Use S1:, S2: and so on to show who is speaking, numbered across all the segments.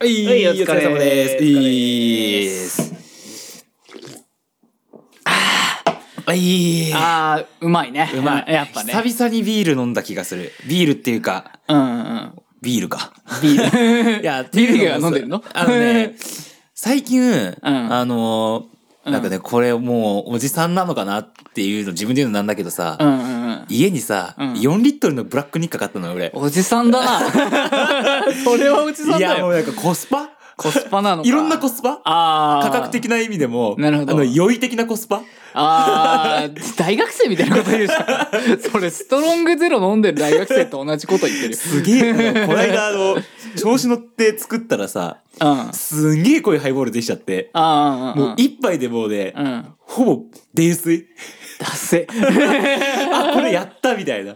S1: はい、
S2: はい
S1: お
S2: お
S1: 疲れ
S2: 疲れ
S1: 様
S2: 様
S1: で。
S2: ですす
S1: いいです。あー、いい。
S2: あーうまいね
S1: うまい。
S2: やっぱね
S1: 久々にビール飲んだ気がする。ビールっていうか、
S2: うんうん
S1: ビールか。
S2: ビー ル
S1: いや、
S2: ビール以外は飲んでるの
S1: あのね、最近、あのー、なんかね、これもうおじさんなのかなっていうの自分で言うのなんだけどさ、
S2: うんうんうん
S1: 家にさ、
S2: うん
S1: 4リットルのブラックニッカ買ったの俺。
S2: おじさんだ なそれはおじさん
S1: い
S2: だ
S1: や、も
S2: よ
S1: うなんかコスパ
S2: コスパなのか
S1: いろんなコスパ
S2: あー
S1: 価格的な意味でも、
S2: なるほど
S1: あの、良い的なコスパ
S2: あー大学生みたいなこと言うじ ゃんそれストロングゼロ飲んでる大学生と同じこと言ってる
S1: すげえ、この間あの、調子乗って作ったらさ、
S2: うんあ
S1: すんげえ濃いハイボールできちゃって、
S2: あ
S1: もう一杯でもうね、
S2: うん
S1: ほぼ泥酔。
S2: ダセ
S1: あ、これやったみたいな。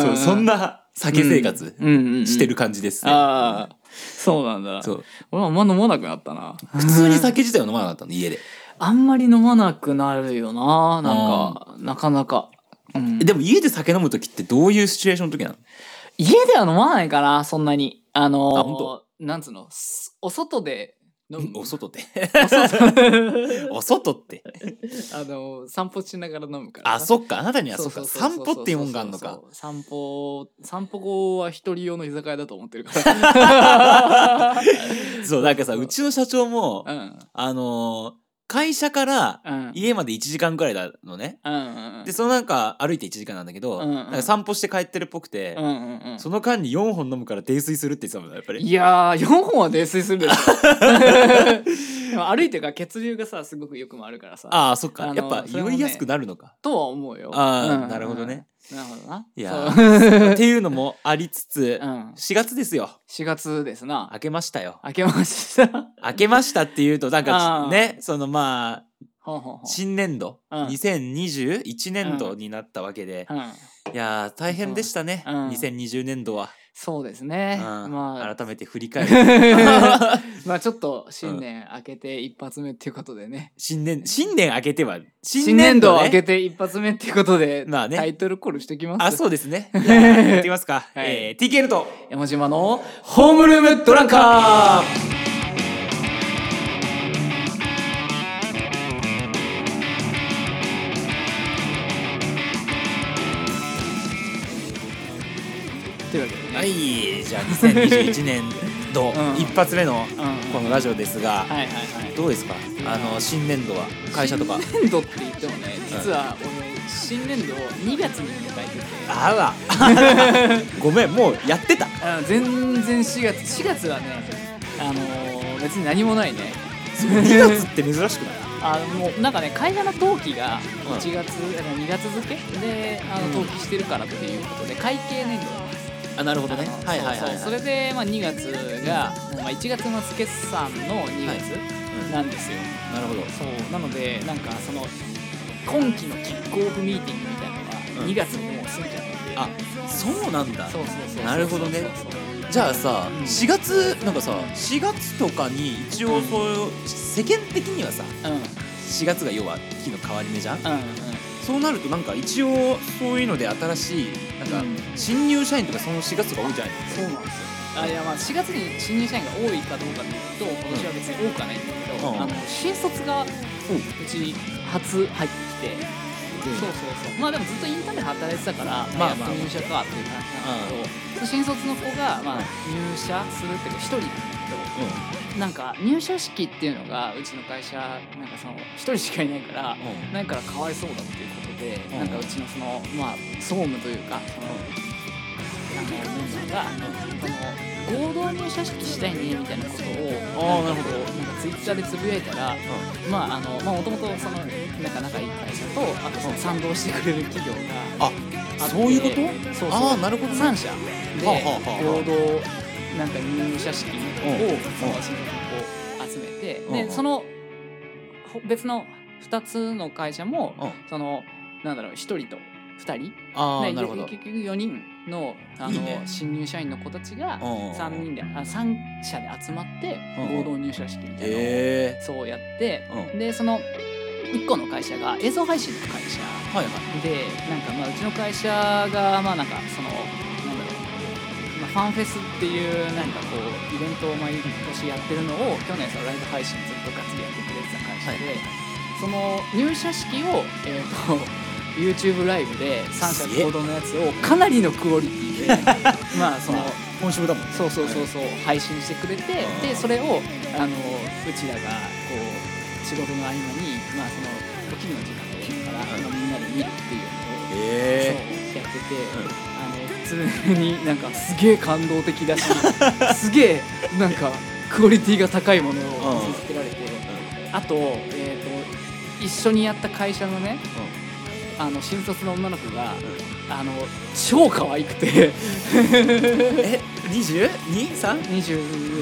S1: そうそんな酒生活
S2: うんうんうん
S1: してる感じですね。
S2: ああそうなんだ
S1: そう
S2: 俺はあんま飲まなくなったな
S1: 普通に酒自体を飲まなかったの、家で。
S2: あんまり飲まなくなるよななんかなかなか、うん
S1: でも家で酒飲む時ってどういうシチュエーションの時なの
S2: 家では飲まないかなそんなにあのー
S1: あほんと
S2: なんつうのすお外で飲む
S1: お外で。
S2: お外
S1: お外って。
S2: あのー散歩しながら飲むから
S1: あ、そっか。あなたにはそっ
S2: そ
S1: か。
S2: うそうそう
S1: 散
S2: そう
S1: 歩っていうもんがあんのか。
S2: 散歩散歩後は一人用の居酒屋だと思ってるから、
S1: そう、なんかさ、うちの社長も
S2: う、ん、
S1: あのー、会社から
S2: うん
S1: 家まで1時間くらいなのね。
S2: うんうん
S1: でそのなんか歩いて1時間なんだけど、
S2: うんうん
S1: なんか散歩して帰ってるっぽくて、
S2: うんうんうん
S1: その間に4本飲むから泥酔するって言ってたもんだやっぱり
S2: いやー4本は泥酔するでしょ でも歩いてるから血流がさすごくよく回るからさ
S1: ああそっか、
S2: あの
S1: やっぱ
S2: それも
S1: 酔
S2: ね
S1: いやすくなるのか、
S2: とは思うよ
S1: あー
S2: うんうん
S1: なるほどね
S2: なるほどないい
S1: や
S2: そう
S1: っていうのもありつつ、
S2: うん
S1: 4月ですよ
S2: 4月ですな
S1: 明けましたよ
S2: 明け ました
S1: 明けましたっていうとなん
S2: あ
S1: か
S2: ー
S1: ねそのま
S2: ほんほんほ
S1: あ
S2: ん
S1: 新年度、
S2: うん
S1: 2021年度になったわけで、
S2: うん、
S1: いやー大変でしたね、
S2: うん
S1: 2020年度は、
S2: そうですね、
S1: うん
S2: まあ
S1: 改めて振り返る
S2: まあちょっと新年明けて一発目っていうことでね、
S1: 新年新年明けては
S2: 新年度
S1: ね
S2: 明けて一発目っていうことで、
S1: まあね
S2: タイトルコールしてきます
S1: あ、そうです ね。じゃあやってみますか。
S2: はい
S1: えー、TKL と、
S2: 山島のホームルームドランカーというわけでね、
S1: はい、じゃあ2021年度
S2: うん
S1: 一発目の
S2: ん
S1: このラジオですが、
S2: はいはいはい
S1: どうですかあの、新年度は会社とか。
S2: 新年度って言ってもね実は俺新年度を2月に迎えてて
S1: あら、 ごめん、もうやってた。
S2: あの全然4月4月はねあのー別に何もないね
S1: 2月って珍しくない
S2: あのもうなんかね会社の登記が
S1: うん
S2: 1月、あの2月付であの登記してるからっていうことで会計年度なんです
S1: あ、なるほどね。
S2: あの
S1: はいはい
S2: そう
S1: はい。
S2: そうそれで、まあ、2月が、まあ、1月末決算の2月
S1: うん
S2: なんですよ、
S1: なるほど。
S2: そうなのでなんかその今期のキックオフミーティングみたいなの
S1: う
S2: が
S1: ん
S2: 2月にもう済んじゃってて、
S1: あ、そうなんだ。
S2: そうそうそうそう
S1: なるほどね
S2: そうそうそう
S1: じゃあさ、
S2: うん
S1: 4月、なんかさ、4月とかに一応そういう、世間的にはさ、
S2: うんうん
S1: 4月が要は期の変わり目じゃん
S2: うん
S1: そうなるとなんか一応そういうので新しいなんか
S2: うん
S1: 新入社員とかその4月とか多いじゃない
S2: そうなんですよあいやまあ4月に新入社員が多いかどうかっていうと今年は別に多くはないんだけど、
S1: うん
S2: あの新卒がうち初入ってきて、そうそうそうまあでもずっとインターンで働いてたから、
S1: まあ
S2: まあ、やっと入社かっていう感じなんだけど、その新卒の子が、まあ、入社するっていうか1人なんだけどなんか入社式っていうのがうちの会社なんかその1人しかいないから。
S1: う
S2: ないからかわいそうだっていうことで、
S1: うん
S2: なんかうちのそのまあ総務というかその、あのメンバーが、この合同入社式したいねみたいなことを
S1: あー
S2: んかこうなんかツイッターでつぶやいたらまああのまあもともとそのなんか仲いい会社とあとその賛同してくれる企業
S1: あ
S2: があって
S1: そういうこと
S2: そうそう
S1: あーなるほどね
S2: 三社で
S1: はあはあはあ
S2: 合同なんか入社式を
S1: うん
S2: その新卒を集めて
S1: うんうん
S2: でそのほ別の2つの会社も
S1: うん
S2: そのなんだろう1人と2人
S1: ああ
S2: で
S1: なるほど
S2: 結局4人のあの
S1: いいね
S2: 新入社員の子たちが
S1: うんうん
S2: 3人であ三社で集まって
S1: うんうん
S2: 合同入社式みたいなのを
S1: へえ
S2: そうやって
S1: うんはい
S2: でその1個の会社が映像配信の会社
S1: はい
S2: でなんかまあうちの会社がまあなんかそのなんだろう、まあ、ファンフェスっていうなんかこうイベントを毎年やってるのを去年そのライブ配信ずっとガッツリやってくれてた会社で、その入社式を、えー、と YouTube ライブで三者合同のやつをかなりのクオリティでまあその。
S1: 本職だもんね
S2: そうそうそうそう、配信してくれて
S1: うん
S2: でそれをあのうちらがこう仕事の合間にまあそのお昼の時間というから、
S1: うん
S2: まあみんなで見るっていうのをそう
S1: え
S2: やっ
S1: ん
S2: てて、あの普通になんかすげえ感動的だしすげ えなんかクオリティが高いものを見せつけられて、あと,、えー、と一緒にやった会社のね
S1: えー
S2: あの新卒の女の子が、
S1: ん
S2: あの超可愛くて
S1: うん、え 22?3?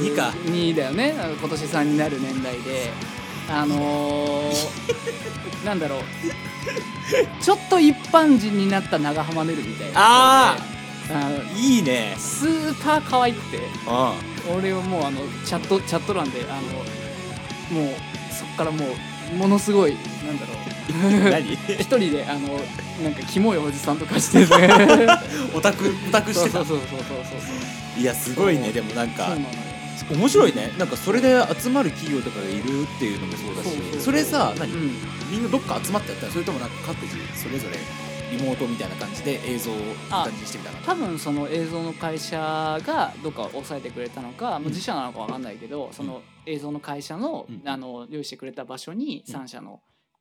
S2: 22
S1: か
S2: 2だよね今年3になる年代であの ー、なんだろうちょっと一般人になった長浜ねるみたいな
S1: あ
S2: あの
S1: いいね
S2: スーパー可愛くて
S1: あ
S2: 俺はもうあのチャットチャット欄であのもうそこからもうものすごいなんだろう
S1: 何
S2: 一人であのなんかキモいおじさんとかしてね
S1: オタクオタクし
S2: そ
S1: て
S2: うそ
S1: た
S2: うそうそうそう
S1: いやすごいねでもなん
S2: そうそうな
S1: か
S2: のよ
S1: 面白いねなんかそれで集まる企業とかがいるっていうのもそうだ
S2: そうそうそ
S1: し
S2: う
S1: それさ何
S2: うん
S1: みんなどっか集まってやったらそれともなんか各自それぞれリモートみたいな感じで映像を感じにしてみたかな
S2: 多分その映像の会社がどっか抑えてくれたのか、もう自社なのかわかんないけどその映像の会社の,、
S1: うん
S2: あの用意してくれた場所に
S1: うん
S2: 3社の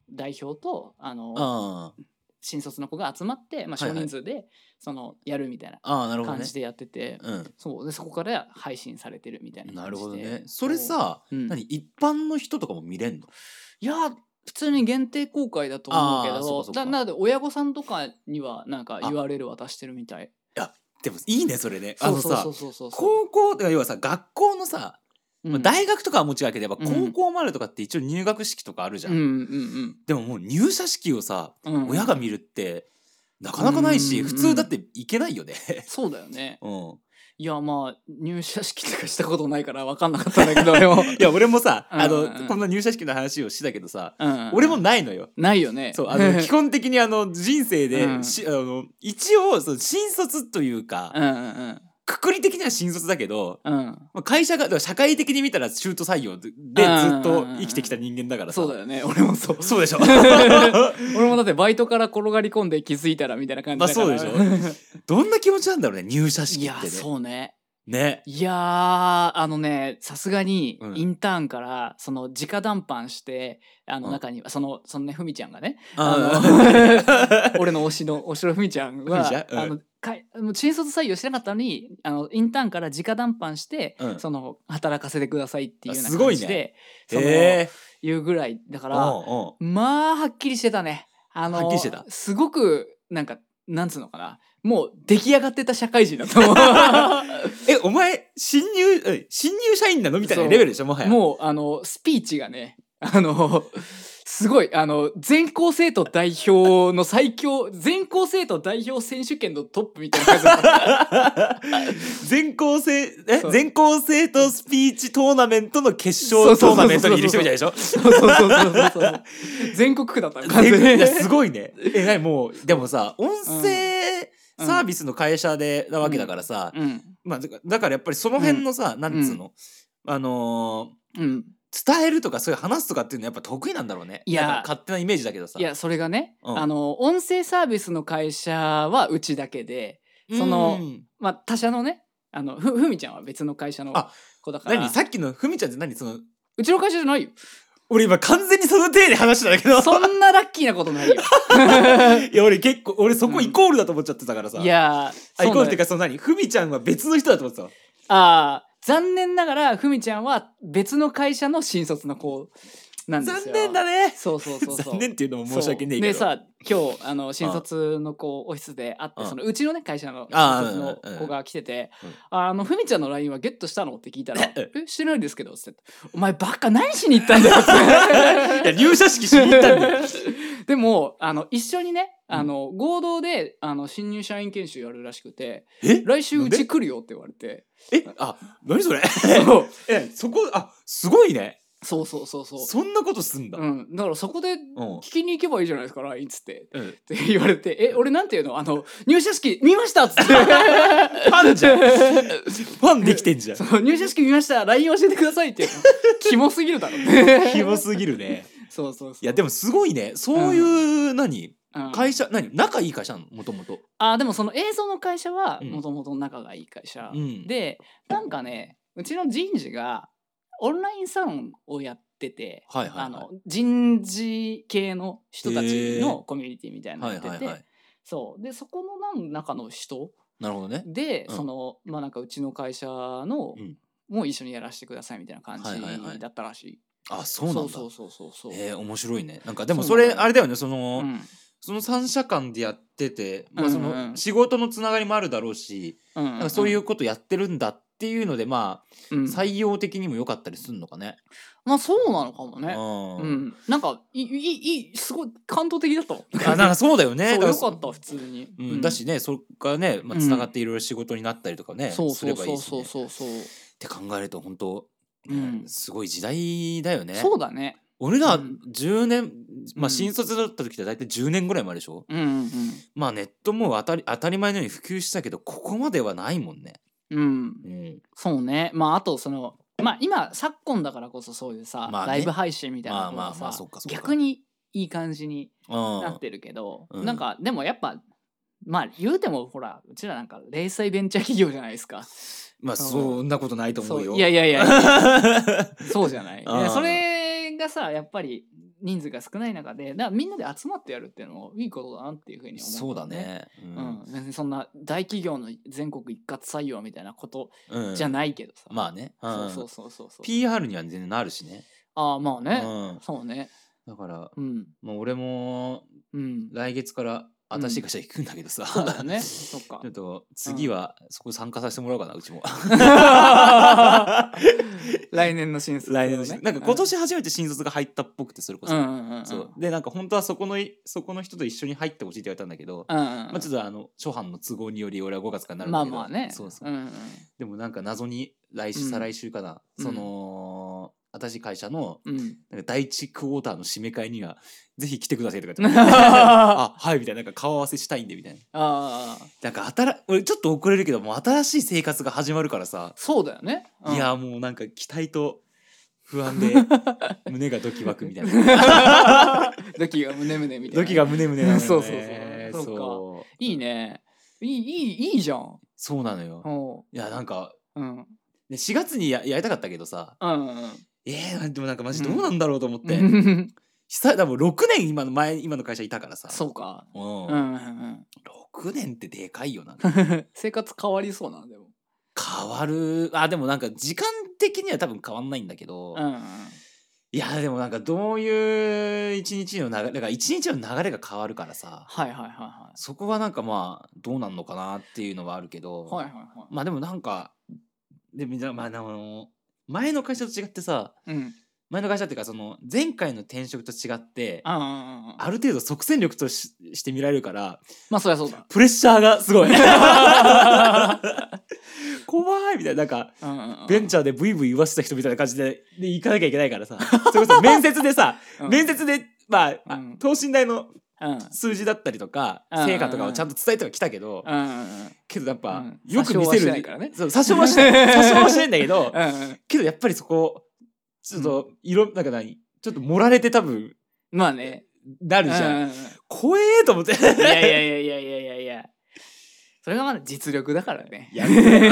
S2: 代表とあの、
S1: あー
S2: 新卒の子が集まって、まあ、
S1: はい
S2: 少
S1: はい
S2: 人数でそのやるみたいな
S1: あーなるほど
S2: 感
S1: ね
S2: じでやってて、
S1: うん
S2: そうでそこから配信されてるみたいな感
S1: なる
S2: じで
S1: ほどねそれ、さ
S2: そううん
S1: 何一般の人とかも見れんの
S2: いや普通に限定公開だと思うけ
S1: あーそうかそ
S2: ど
S1: うか
S2: だなので親御さんとかにはなんか
S1: あ
S2: URL 渡してるみたい
S1: でもいいねそれねあのさ
S2: そうそうそうそう
S1: 高校とか要はさ学校のさ、
S2: う
S1: まあ
S2: ん
S1: 大学とかはもちろんやけどやっぱ
S2: うん
S1: 高校までとかって一応入学式とかあるじゃん、
S2: うんうん
S1: でももう入社式をさ
S2: うんうん
S1: 親が見るってなかなかないし、
S2: うん
S1: 普通だっていけないよね。
S2: そうだよね
S1: うん、
S2: いやまあ入社式とかしたことないから分かんなかったんだけど俺 も、
S1: いや俺もさ、
S2: うん
S1: あ
S2: うんう
S1: の
S2: ん
S1: こんな入社式の話をしたけどさ、
S2: うん、
S1: 俺もないのよ。
S2: ないよね
S1: そうあ の基本的にあの人生で、
S2: うん
S1: しあの一応その新卒というか、
S2: うんうん
S1: くくり的には新卒だけど、
S2: うんうん
S1: まあ、会社がだから社会的に見たら中途採用でずっと生きてきた人間だからさ、
S2: そうだよね俺もそう
S1: そう でしょ
S2: 俺もだってバイトから転がり込んで気づいたらみたいな感じだから
S1: まあそう
S2: でし
S1: どんな気持ちなんだろうね入社式
S2: い
S1: っ
S2: や
S1: てね。
S2: そうね
S1: ね
S2: いやーあのねさすがに
S1: うん
S2: インターンからその直談判してあの
S1: うん
S2: 中にはそのそのねふみちゃんがね
S1: あ
S2: あの 俺の推しのお城ふみちゃん
S1: ふ
S2: は
S1: みちゃんうん
S2: あのかいもう新卒採用してなかったのにあのインターンから直談判して、
S1: うん
S2: その働かせてくださいっていうような
S1: あすご
S2: 感
S1: い
S2: じで
S1: ね、
S2: その
S1: え
S2: 言うぐらいだか
S1: ー、
S2: ら
S1: うんうん
S2: まあはっきりしてたね。あの
S1: はっきりしてた
S2: すごくなんかなんつうのかなもう出来上がってた社会人だと思う。
S1: え、お前、新入、え新入社員なのみたいなレベルでしょ、もはや。
S2: もうあのスピーチがねあのすごいあの全校生徒代表の最強全校生徒代表選手権のトップみたいな感じだった
S1: 全校生、え
S2: そう
S1: 全校生徒スピーチトーナメントの決
S2: そう
S1: 勝
S2: そう
S1: ト
S2: そうそう
S1: ーナメントにいる人みたいでしょ
S2: そうそうそうそうそう全国区だった感じ
S1: 全い
S2: で
S1: やすごいね。え、なにもう、でもさ、音声
S2: うん
S1: サービスの会社で、なわけだからさ、
S2: うん
S1: まあ、だからだからやっぱりその辺のさ、なんつうの、あの
S2: うん
S1: ー伝えるとかそういう話すとかっていうのはやっぱ得意なんだろうね。
S2: い
S1: な
S2: や
S1: んか勝手なイメージだけどさ。
S2: いやそれがね、
S1: うん
S2: あの音声サービスの会社はうちだけで
S1: うん
S2: そのまあ他社のねあのふふみちゃんは別の会社の
S1: あ
S2: 子だから
S1: 何さっきのふみちゃんって何その、
S2: うちの会社じゃないよ
S1: 俺今完全にその体で話したんだけど。
S2: そんなラッキーなこ とないよ
S1: いや俺結構俺そこイコールだと思っちゃってたからさ、
S2: いや
S1: あイコールっていう
S2: か
S1: かその何ふみちゃんは別の人だと思ってたわ
S2: ああ残念ながらふみちゃんは別の会社の新卒の子なんですよ
S1: 残念だね
S2: そうそうそうそう
S1: 残念っていうのも申し訳ねえ
S2: そう
S1: け
S2: で
S1: ど
S2: さ今日あの新卒の子オフィスで会って
S1: うん
S2: そのうちのね会社の
S1: あー
S2: 新卒の
S1: うんうんうん
S2: 子が来てて
S1: うん
S2: 「ああのふみちゃんの LINE はゲットしたの?」って聞いたら「
S1: うん
S2: えしてないんですけど」つって「お前バカ何しに行ったんだよ」つっ
S1: い
S2: て
S1: や入社式しに行ったん だよ
S2: でもあの一緒にね
S1: うん
S2: あの合同であの新入社員研修やるらしくて
S1: え
S2: 「来週
S1: なん
S2: う
S1: で
S2: ち来るよ」って言われて
S1: えあ何それ
S2: そう
S1: えそこあすごいね
S2: そうそうそうそう
S1: そんなことすんだ。
S2: う、ん、だからそこで
S1: うん
S2: 聞きに行けばいいじゃないですか LINE っつって
S1: うん
S2: って言われて「え俺なんていうのあの入社式見ました」っつって
S1: パンじゃん ファンできてんじゃん
S2: そ。の入社式見ました LINE 教えてくださいっていうのキモすぎるだろ
S1: ひもすぎるね。
S2: そうそうそう
S1: いやでもすごいね。そういう何
S2: うん
S1: 会社何仲いい会社なのもともと。
S2: あでもその映像の会社は
S1: うん
S2: もともと仲がいい会社、
S1: うん
S2: でなんかねうちの人事がオンラインサロンをやってて、
S1: はいはいはい
S2: あの人事系の人たち
S1: へ
S2: の
S1: ー
S2: コミュニティみたいなの
S1: はい
S2: やってて、
S1: はいはい。
S2: そうでそこのなん中の人
S1: なるほどね。
S2: で、
S1: うん
S2: そのまあなんかうちの会社の、
S1: うん
S2: もう一緒にやらせてくださいみたいな感
S1: はいはいはい
S2: じだったらしい。
S1: あそうなんだ。
S2: そうそうそうそうそう。
S1: えー、面白いね。なんかでも
S2: そ
S1: そう
S2: なん
S1: れ
S2: だよ
S1: あれだよね。その、
S2: うん
S1: その三者間でやってて、まあ
S2: うん
S1: そ
S2: うんう
S1: の
S2: ん
S1: 仕事のつながりもあるだろうし、
S2: うんうん
S1: なんかそういうことやってるんだっていうのでま
S2: うん、
S1: あ採用的にも良かったりするのかね。
S2: まあそうなのかもね。
S1: うん
S2: うん、なんかいいいいいすごい感動的だったわ
S1: あなんかそうだよね。
S2: そう
S1: だから
S2: よ
S1: そ
S2: かった普通に、
S1: うん、だしねそこからねまあ
S2: うん
S1: つながっていろいろ仕事になったりとかね、
S2: そう
S1: す
S2: そ
S1: れ
S2: う
S1: ば
S2: そ
S1: いいうし、
S2: そ
S1: ね、
S2: うそうそう、
S1: って考えると本当、
S2: う
S1: ね
S2: ん
S1: すごい時代だよね。
S2: そうだね
S1: 俺ら
S2: うん
S1: 10年、ま
S2: う
S1: あ
S2: ん
S1: 新卒だった時って大体10年ぐらい前でしょ、
S2: うんうん
S1: まあネットも当たり当たり前のように普及したけどここまではないもんね。
S2: うん、うん、
S1: うん、
S2: そうねまああとそのまあ今昨今だからこそそういうさ、
S1: まあね
S2: ライブ配信みたいなの
S1: まあま
S2: が
S1: あ
S2: さ、
S1: まあそっかそっか
S2: 逆にいい感じにな
S1: あ
S2: ってるけど、
S1: うん
S2: なんかでもやっぱまあ言うてもほらうちらなんか零細ベンチャー企業じゃないですか
S1: まあ
S2: そ
S1: そんなことないと思うよ。
S2: い やいやいやそうじゃない。
S1: あー
S2: でそれがさやっぱり人数が少ない中でだからみんなで集まってやるっていうのもいいことだなっていうふうに思
S1: そうだ。ね。う
S2: う。ん、別にそんな大企業の全国一括採用みたいなこと
S1: うん
S2: じゃないけどさ、
S1: まあね。うん
S2: そうそうそうそうそう
S1: PR には全然なるしね。
S2: ああまあね、
S1: うん
S2: そうね
S1: だから、
S2: うん
S1: まあ、俺も
S2: うん
S1: 来月から新しい会社行くんだけどさ、
S2: そうだよねそっか
S1: ちょっと次はそこ参加させてもらおうかな、うちも。
S2: 来年の新卒、
S1: 来年のしなんか今年初めて新卒が入ったっぽくてそれこ
S2: う
S1: そ。
S2: んうんうんうん
S1: そうでなんか本当はそこのいそこの人と一緒に入ってほしいって言われたんだけど、
S2: うんうんうん
S1: まあ、ちょっとあの初版の都合により俺は5月からなるん
S2: ま
S1: だ
S2: あ
S1: けど
S2: まあね
S1: そうそう
S2: うんうん
S1: でもなんか謎に来週、
S2: うん
S1: 再来週かな、
S2: うん
S1: その新しい会社の
S2: うん
S1: なんか第一クォーターの締め替えにはぜひ来てくださいとか言って あはいみたいななんか顔合わせしたいんでみたいな
S2: ああ
S1: なんか新俺ちょっと遅れるけどもう新しい生活が始まるからさ、
S2: そうだよね、うん
S1: いやもうなんか期待と不安 で胸がドキワクみたいな
S2: ドキが胸胸みたいな
S1: ドキが胸胸なのよね
S2: そうそうそうそうか
S1: そう
S2: いいねいいいいいいじゃん
S1: そうなのよ
S2: おう
S1: いやなんか
S2: うん
S1: ね4月にややりたかったけどさ
S2: うんうん
S1: えー、でもなんかマジどうなんだろうと思っ
S2: う
S1: て、
S2: ん
S1: 久々もう6年今の前今の会社いたからさ
S2: そうか
S1: う、
S2: うんんうんうん
S1: 6年ってでかいよな
S2: 生活変わりそうなのでも
S1: 変わるあでもなんか時間的には多分変わんないんだけど、
S2: うんうん
S1: いやでもなんかどういう一日の流れだから一日の流れが変わるからさ
S2: はいはいはいは
S1: そこはなんかまあどうなんのかなっていうのはあるけど、
S2: いはいはいは
S1: まあでもなんかでみんなまああの前の会社と違ってさ
S2: いうん
S1: 前の会社っていうかその前回の転職と違って
S2: あうんうんうん
S1: ある程度即戦力としして見られるから
S2: まあそりゃそうだ
S1: プレッシャーがすご い怖いみたいななんか
S2: うんうんうん
S1: ベンチャーでブイブイ言わせた人みたいな感じでで行かなきゃいけないからさそれこそ面接でさ、
S2: うん
S1: 面接でまあ、
S2: うん
S1: 等身大の
S2: うんうん
S1: 数字だったりとか、
S2: うん
S1: 成果とかをちゃんと伝えてはきたけど、
S2: うんうん
S1: けどやっぱ、
S2: うん
S1: よく見せ
S2: 詐称はし
S1: る
S2: ないからね
S1: そう詐称はしない 詐称はしないんだけど
S2: うんうん
S1: けどやっぱりそこちょっと色、なんか何ちょっと盛られて多分
S2: まあね
S1: な
S2: う
S1: る
S2: んう
S1: じゃん、
S2: んうん
S1: 怖えと思って
S2: いやいやいやいやいやいやいやそれがまだ実力だからね
S1: やめ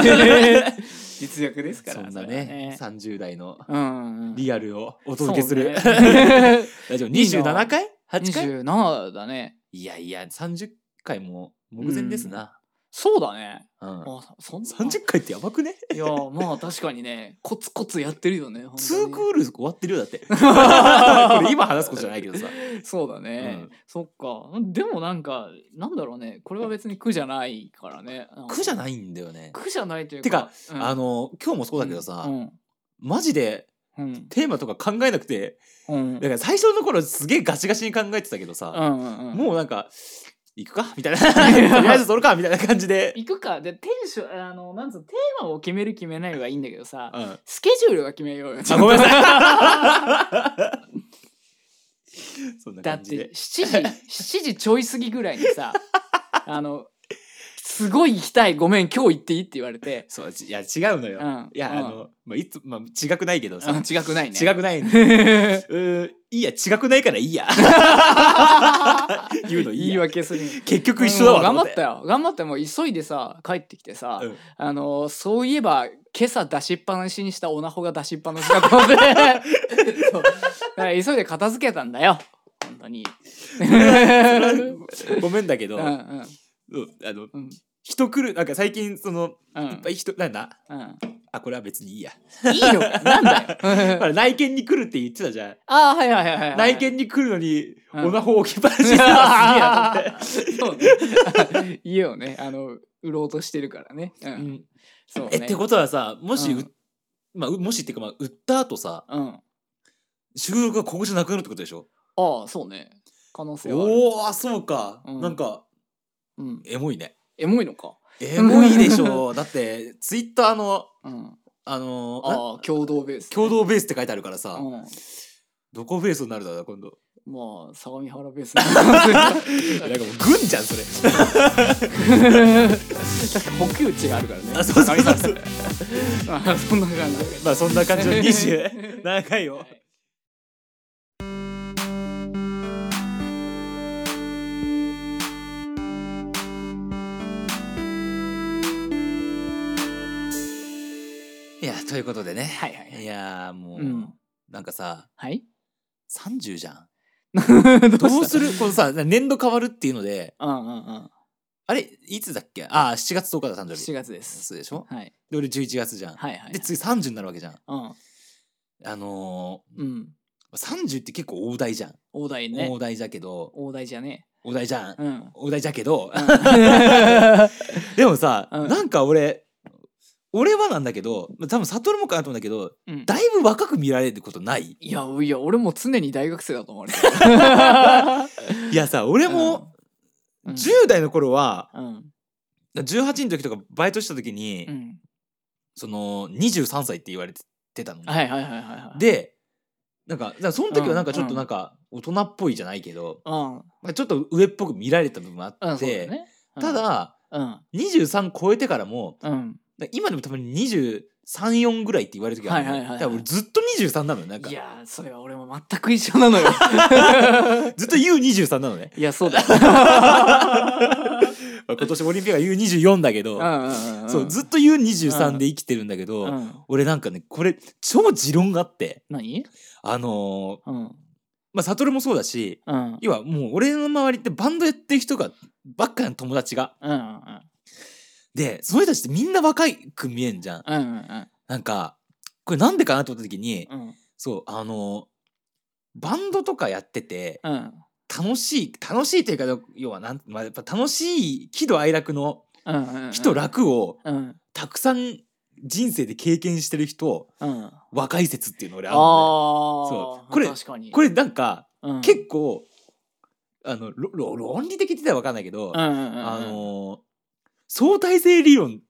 S1: ろ
S2: 実力ですか
S1: そ
S2: ら
S1: んな
S2: れは
S1: ね30代の
S2: うんうん
S1: リアルをお届けする、
S2: そうね
S1: 大丈夫
S2: いいな
S1: 27回 ?8 回
S2: 27だね
S1: いやいや30回も目前ですな、
S2: そうだね
S1: うん
S2: あそんな
S1: 30回ってやばくね
S2: いやまあ確かにねコツコツやってるよね本当に
S1: 2クー ル終わってるよだって これ今話すことじゃないけどさ
S2: そうだね、
S1: うん
S2: そっかでもなんかなんだろうねこれは別に苦じゃないからね
S1: 苦じゃ
S2: い
S1: ないんだよね、
S2: 苦じゃないという
S1: て
S2: か
S1: かあ
S2: の
S1: の今日もそうだけどさ、
S2: うん
S1: マジで
S2: うん
S1: テーマとか考えなくて
S2: うん
S1: だから最初の頃すげえガチガチに考えてたけどさ、
S2: うんうんうん
S1: もうなんか行くかみたいな とりあえず撮るかみたいな感じで、
S2: 行くかでテンションあのなんつうのテーマを決める決めないはいいんだけどさ
S1: うん、あ
S2: スケジュールは決め ようよ
S1: ご めんなさいそんな
S2: だっ
S1: 感じ
S2: て
S1: で
S2: 7時7時ちょい過ぎぐらいに さあのすごい行きたいごめん今日行っていいって言われて
S1: そういや違うのよ、
S2: うん
S1: いや、
S2: うん
S1: あの、まあ、いつまあ違くないけどさ、
S2: うん違くないね
S1: 違くない、うーんいいや違くないからいいや言うのいいや
S2: 言い訳するに
S1: 結局一緒だわ
S2: うん
S1: と思
S2: 頑張ったよ頑張ったよもう急いでさ帰ってきてさ、
S1: うん
S2: あのーそういえば今朝出しっぱなしにしたオナホが出しっぱなしだったの でそうだから急いで片付けたんだよ本当に
S1: ごめんだけど、
S2: うんうん
S1: うんあの
S2: うん
S1: 人来るなんか最近その
S2: う
S1: いっ
S2: ん
S1: ぱい人なんだ
S2: うん
S1: あこれは別にいいや、
S2: いいよなんだよ
S1: ほら内見に来るって言ってたじゃん、
S2: あーはいはいはいはい
S1: 内見に来るのに、
S2: うん
S1: オナホ置きっぱなしにするのはすげえなと思って
S2: そうね家をねあの売ろうとしてるからね、 うん
S1: うん
S2: そうね
S1: えってことはさもし、う
S2: うん
S1: まあ、うもしっていうか、まあ、売った後さ
S2: うんあ
S1: 収録がここじゃなくなるってことでしょ
S2: あそうね可能性はある
S1: おおあそうか、
S2: うん
S1: なんか
S2: うん、
S1: エモいね
S2: エモいのか、
S1: エモいでし ょだってツイッターの
S2: うん、
S1: あのーな
S2: ああ共同ベース
S1: 共同ベースって書いてあるからさ、
S2: うん、
S1: どこベースになるだろうな今 度
S2: まあ相模原ベース
S1: なんかもう軍じゃんそれ
S2: 補給地があるからね
S1: あそうそうそう そう
S2: あーそんな感じ
S1: まあそんな 感じの27回を
S2: はい
S1: いやということでね、
S2: はいはいはい
S1: いやーもう、
S2: うん
S1: なんかさ
S2: はい
S1: 30じゃん
S2: ど
S1: どう
S2: う
S1: す
S2: する
S1: るこのさ年度変わるっていうので
S2: うんうんうん
S1: あれいつだっけああ7月10日だ誕生日
S2: 7月です
S1: そうでしょ
S2: はい
S1: で俺11月じゃん、
S2: はいはい
S1: で次30になるわけじゃん
S2: うん
S1: あの
S2: うん
S1: ー、30って結構大台じゃん、
S2: 大台ね
S1: 大台じゃけど
S2: 大台じゃね
S1: 大台じゃん、
S2: うん
S1: 大台じゃけど、
S2: うん
S1: でもさ、
S2: うん
S1: なんか俺俺はなんだけど多分悟るもかなと思うんだけど
S2: うん
S1: だいぶ若く見られることない
S2: いやいや俺も常に大学生だと思われて
S1: いやさ俺
S2: る
S1: も
S2: うん
S1: 10代の頃は
S2: うん
S1: 18の時とかバイトした時に、
S2: うん
S1: その23歳って言われてたの、
S2: はいはいはいはいはい
S1: でなんかだからその時はなんかちょっ
S2: うんう
S1: と
S2: ん
S1: なんか大人っぽいじゃないけど、
S2: うん
S1: まあ、ちょっと上っぽく見られた部分も
S2: う
S1: あ
S2: ん
S1: っ
S2: そう
S1: て、
S2: だねうん
S1: ただ
S2: うん
S1: 23超えてからも
S2: うん
S1: 今でもたまに234ぐらいって言われる時あるの、
S2: はいはいはいはい
S1: だから俺ずっと23なのよなんか
S2: いやーそれは俺も全く一緒な のよ
S1: ずっと U23 なの ね
S2: い やそうだよ
S1: まあ今年オリンピックは U24 だけど、そうずっと U23 で生きてるんだけど、
S2: とうん、
S1: 俺なんかねこれ超持論があって
S2: 何
S1: あのー
S2: うん
S1: まあ悟もそうだし
S2: うん
S1: 要はもう俺の周りってバンドやってる人がばっかりの友達が
S2: うんうん
S1: でその人たちってみんな若く見えんじゃん
S2: うんうん
S1: なんかこれなんでかなと思った時に
S2: うん
S1: そうあのバンドとかやってて
S2: うん
S1: 楽しい楽しいというか要はなん、まあ、やっぱ楽しい喜怒哀楽の
S2: うんうん
S1: 喜と楽を
S2: うん
S1: たくさん人生で経験してる人
S2: うん
S1: 若い説っていうの俺
S2: あ
S1: あ
S2: あ
S1: るのね
S2: そ
S1: そうこれ
S2: 確かに
S1: こ
S2: れ、
S1: れなんか
S2: うん、
S1: 結構あのろろ論理的って言ったら分かんないけど、
S2: うんうんうんうん、
S1: あのー相対性理論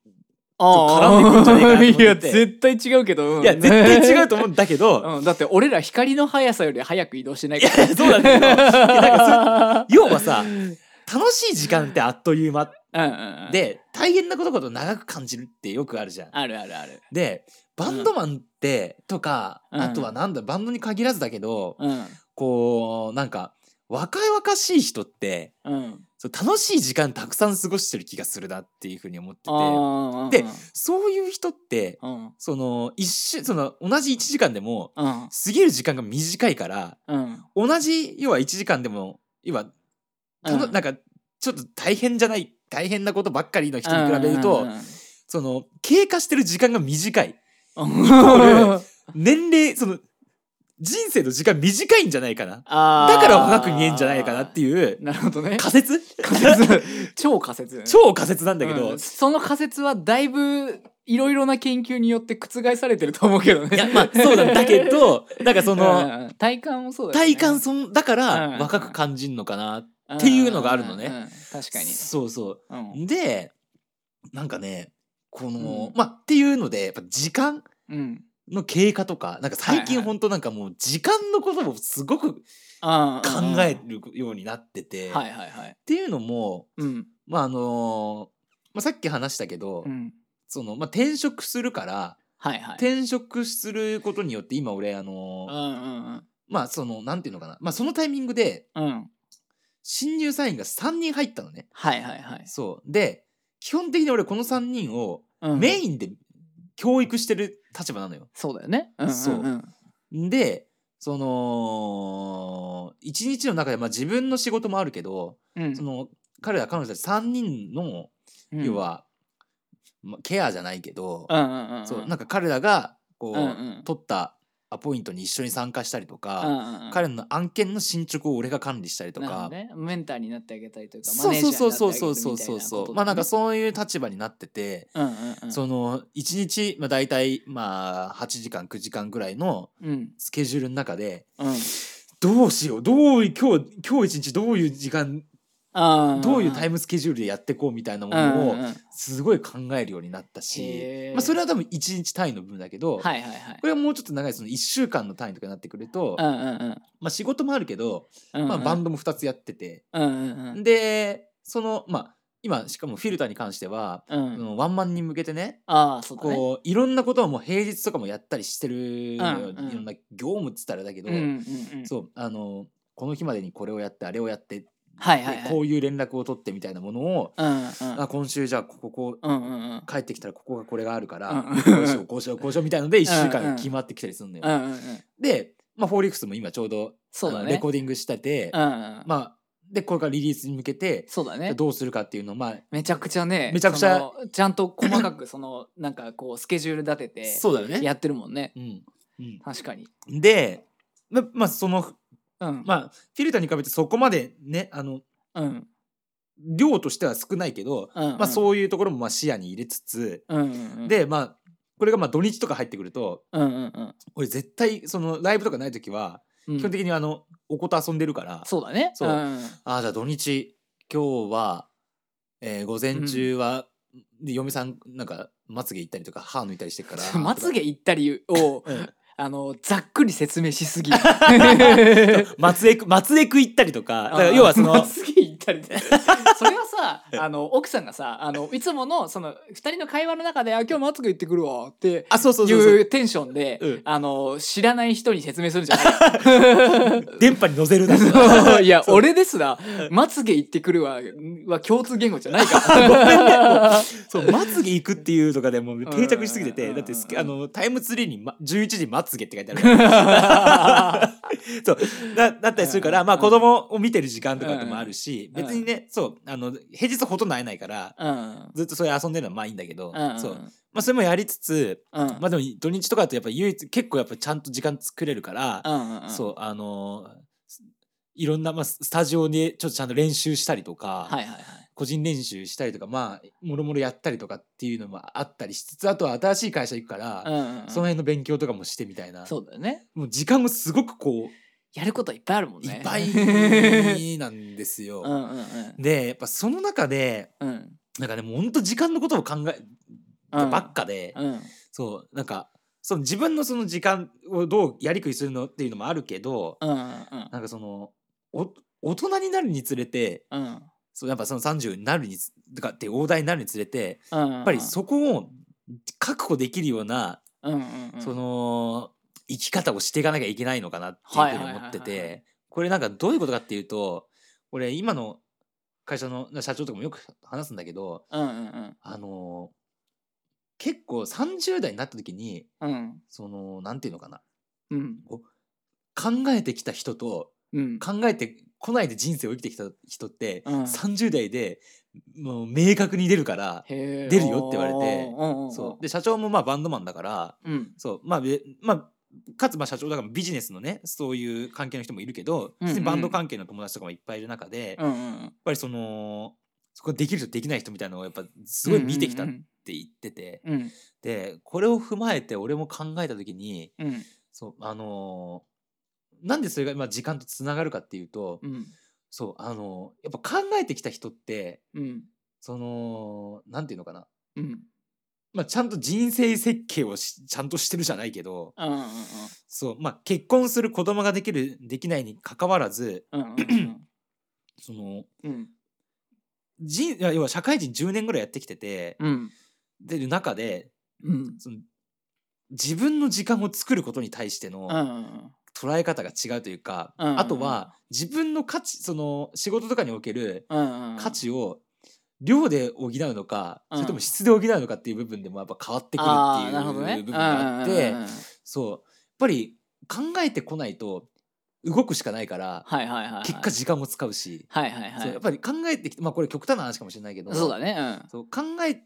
S1: 絡
S2: あ
S1: んでくんじゃねえかなと思って
S2: ーいや絶対違うけど、うん
S1: いや絶対違うと思うんだけど、
S2: うん、だって俺ら光の速さより早く移動してないから
S1: いやそうなんだけどいや
S2: なんか
S1: 要はさ
S2: うんうん
S1: 楽しい時間ってあっという間
S2: うん
S1: で大変なことこと長く感じるってよくあるじゃん。
S2: あるあるある
S1: でバンドマンって、とか
S2: うん
S1: あとはなんだバンドに限らずだけど、
S2: うん
S1: こうなんか若々しい人って
S2: うん
S1: そう楽しい時間たくさん過ごしてる気がするなっていうふうに思ってて
S2: あー
S1: でそういう人って
S2: うん
S1: その一瞬その同じ1時間でも
S2: うん
S1: 過ぎる時間が短いから
S2: うん
S1: 同じ要は1時間でも要はたの
S2: うん
S1: なんかちょっと大変じゃない大変なことばっかりの人に比べると、
S2: うんうんうん
S1: その経過してる時間が短い
S2: イ
S1: ー年齢その人生の時間短いんじゃないかなだから若く見えんじゃないかなって
S2: い
S1: いう
S2: なるほどね
S1: 仮説
S2: 仮説超仮説
S1: 超仮説なんだけど、
S2: うんその仮説はだいぶいろいろな研究によって覆されてると思うけどね
S1: いやまあそうなんだけどなんかそ
S2: うんう
S1: の
S2: んうん体感もそうだよね
S1: 体感そんだから
S2: うん
S1: 若く感じんのかなっっていうのがあるのね
S2: うんうんうん確かに、
S1: そうそうう。で、なんかね、この、
S2: うん
S1: まあ、っていうので、やっぱ時間
S2: んうん
S1: の経過とか、なんか最
S2: はい
S1: 近
S2: はい
S1: 本当なんかもう時間のことをすごく考
S2: あーうんうん
S1: えるようになってて、っ
S2: はいはいはい
S1: ていうのも、
S2: うん
S1: まあ、あのーまあ、さっき話したけど、
S2: うん
S1: その、まあ、転職するから、
S2: はいはい
S1: 転職することによって今俺、あの
S2: うん
S1: ー
S2: うん
S1: まあ、その、なんていうのかな、まあ、そのタイミングで、
S2: うんうん
S1: 新入社員が3人入ったのね。
S2: はいはいはい
S1: そう。で、基本的に俺この3人を、
S2: うん
S1: メインで教育してる立場なのよ。
S2: そうだよねうん
S1: そうん
S2: うん
S1: でその一日の中で、まあ、自分の仕事もあるけど、
S2: うん
S1: その彼ら彼女たち3人の
S2: うん
S1: 要は、まあ、ケアじゃないけど、
S2: うんうんうんうん
S1: そうなんか彼らがこう、
S2: うんうん
S1: 取ったアポイントに一緒に参加したりと
S2: うん
S1: か、
S2: うんうん
S1: 彼らの案件の進捗を俺が管理したりと
S2: なるほ
S1: か。
S2: どねメンターになってあげたりというか
S1: そうそうそうそうそうそうそうそうまあなんか
S2: そ
S1: そういう立場になってて、
S2: うんうんうん
S1: その一日、まあ、大体まあ8時間9時間ぐらいの
S2: うん
S1: スケジュールの中で、
S2: うん
S1: どうしようどうい今日今日一日どういう時間
S2: あー
S1: どういうタイムスケジュールでやってこうみたいなも
S2: うんうん
S1: のを
S2: うん
S1: すごい考えるようになったし、
S2: へー
S1: まあ、それは多分一日単位の分だけど、
S2: はいはいはい
S1: これはもうちょっと長いその1週間の単位とかになってくると、
S2: うんうんうん
S1: まあ、仕事もあるけど、
S2: うんうん
S1: まあ、バンドも2つやってて、
S2: うんうん
S1: でそのまあ今しかもフィルターに関しては、
S2: うん
S1: あ
S2: うん
S1: のワンマンに向けてね
S2: ああそうだね
S1: こういろんなことをもう平日とかもやったりしてるのよ、
S2: うんうん
S1: いろんな業務っつったらあれだけど、
S2: うんうんうん
S1: そうあのこの日までにこれをやってあれをやって
S2: はいはい
S1: で
S2: はい
S1: こういう連絡を取ってみたいなものを、
S2: うんうん
S1: あ今週じゃあこここ
S2: うんうんうん
S1: う帰ってきたらここがこれがあるから、
S2: うん
S1: こうしようこうしようこうしようみたいので1週間
S2: うんうん
S1: 決まってきたりするのよ。
S2: うんうんうん
S1: で、まあ、フォーリックスも今ちょうど
S2: そうだ
S1: あ
S2: ね
S1: のレコーディングしてて、
S2: うんうん
S1: まあ、でこれからリリースに向けて
S2: そうだね
S1: どうするかっていうのを、まあ、
S2: めちゃくちゃね
S1: めちゃくちゃ
S2: そのちゃんと細 かくそのなんかこうスケジュール立てて
S1: そうだよね。
S2: やってるもんね
S1: うんうん
S2: 確かに
S1: で、ままあ、その、
S2: うん
S1: まあ、フィルターに比べてそこまでねあの
S2: うん
S1: 量としては少ないけど、ま
S2: ま
S1: あ、そういうところもまあ視野に入れつつ、
S2: うんうん
S1: でまあこれがまあ土日とか入ってくると
S2: うんうんうん
S1: 俺絶対そのライブとかない時は
S2: うん
S1: 基本的にあの、お子と遊んでるから
S2: そうだね
S1: そうんああじゃあ土日今日は、えー午前中は、で嫁さんなんかまつげ行ったりとか歯抜いたりしてるから
S2: まつげ行ったり を
S1: うん
S2: あのざっくり説明し すぎ
S1: まつえくまつえく行ったりとかだから
S2: あー
S1: 要はその
S2: まつげ行ったり ねそれはさあの奥さんがさあのいつものその2人の会話の中で「あ今日まつげ行ってくるわ」って
S1: あそうそう
S2: い
S1: そうそう
S2: うテンションで、
S1: うん
S2: あの知らない人に説明するんじゃないよ
S1: 電波に乗せ るな
S2: そういや
S1: そう
S2: 俺ですら「まつげ行ってくるわ」は共通言語じゃないから
S1: そうまつげ行くっていうとかでもう定着しすぎて
S2: うん
S1: て
S2: うんう
S1: だ
S2: ん
S1: ってすあのタイムツリーに、ま、11時まつげって書いてある そうだだったりするから、
S2: うん
S1: まあ、子供を見てる時間とかでもあるし、
S2: うんうん
S1: 別にねそうあの平日ほとんど会えないから
S2: うん
S1: ずっとそれ遊んでるのはまあいいんだけど、
S2: うん
S1: そうまあ、それもやりつつ、
S2: うん
S1: まあ、でも土日とかだとやっぱ唯一結構やっぱちゃんと時間作れるから、
S2: うんうん
S1: そうあのいろんな、まあ、ススタジオでちょっとちゃんと練習したりとか。
S2: はいはいはい
S1: 個人練習したりとかまあもろもろやったりとかっていうのもあったりしつつあとは新しい会社行くから、
S2: うんうん
S1: その辺の勉強とかもしてみたいな
S2: そうだよね
S1: もう時間がすごくこ
S2: やることいっぱいあるもん
S1: うい
S2: ね
S1: っぱ
S2: うん
S1: いなんですよ。
S2: うんうん
S1: でやっぱその中で
S2: うん
S1: なんかねもうほんと時間のことを考え
S2: うん
S1: ばっかで、
S2: うん
S1: そうなんかその自分のその時間をどうやりくりするのっていうのもあるけど、
S2: うんうん
S1: なんかそのお大人になるにつれて
S2: うん
S1: そうやっぱその30になるにつとかって大台になるにつれて
S2: や
S1: やっぱりそこを確保できるような、
S2: うんうんうん
S1: その生き方をしていかなきゃいけないのかなっていうふうに思って
S2: はいはいはいは
S1: てこれなんかどういうことかっていうと俺今の会社の社長とかもよく話すんだけど
S2: うんうん
S1: あの結構30代になった時に
S2: うんうん
S1: そのなんていうのかな
S2: うん
S1: 考えてきた人と
S2: うん
S1: 考えてこないで人生を生きてきた人って、
S2: うん
S1: 30代でもう明確に出るから、
S2: へー
S1: 出るよって言われて
S2: おーおーおー
S1: そうで社長もまあバンドマンだから
S2: うん
S1: そうまあ、べまあ、かつまあ社長だからビジネスのねそういう関係の人もいるけど、
S2: うんうん
S1: 別にバンド関係の友達とかもいっぱいいる中で、
S2: う
S1: やっ
S2: んうん
S1: ぱりそのそこできる人できない人みたいなのをやっぱすごい見てきたっ
S2: う
S1: て
S2: ん
S1: 言ってて、
S2: うん
S1: でこれを踏まえて俺も考えた時に
S2: うん
S1: そうあのーなんでそれがまあ時間とつながるかっていうと、
S2: うん
S1: そうあのやっぱ考えてきた人って
S2: うん
S1: そのなんていうのかな、
S2: うん
S1: まあ、ちゃんと人生設計をしちゃんとしてるじゃないけど
S2: うんうん
S1: そう、まあ、結婚する子供ができるできないにかかわらず
S2: うんうんうん
S1: その
S2: うん
S1: 人要は社会人10年ぐらいやってきてて、
S2: うん
S1: でる中で
S2: うん
S1: その自分の時間を作ることに対しての
S2: うん
S1: 捉え方が違うというか、
S2: うんうんうん
S1: あとは自分の価値その仕事とかにおける
S2: うん
S1: 価値を量で補うのか、
S2: うん
S1: それとも質で補うのかっていう部分でもやっぱ変わってくる
S2: あーなるほど
S1: ってい
S2: ね
S1: う部分があって、
S2: うんうんうんうん
S1: そうやっぱり考えてこないと動くしかないから、
S2: はいはいはいはい
S1: 結果時間も使うし、
S2: はいはいは
S1: そうやっ
S2: い
S1: ぱり考えてきてまあこれ極端な話かもしれないけど
S2: そうだね
S1: そう考え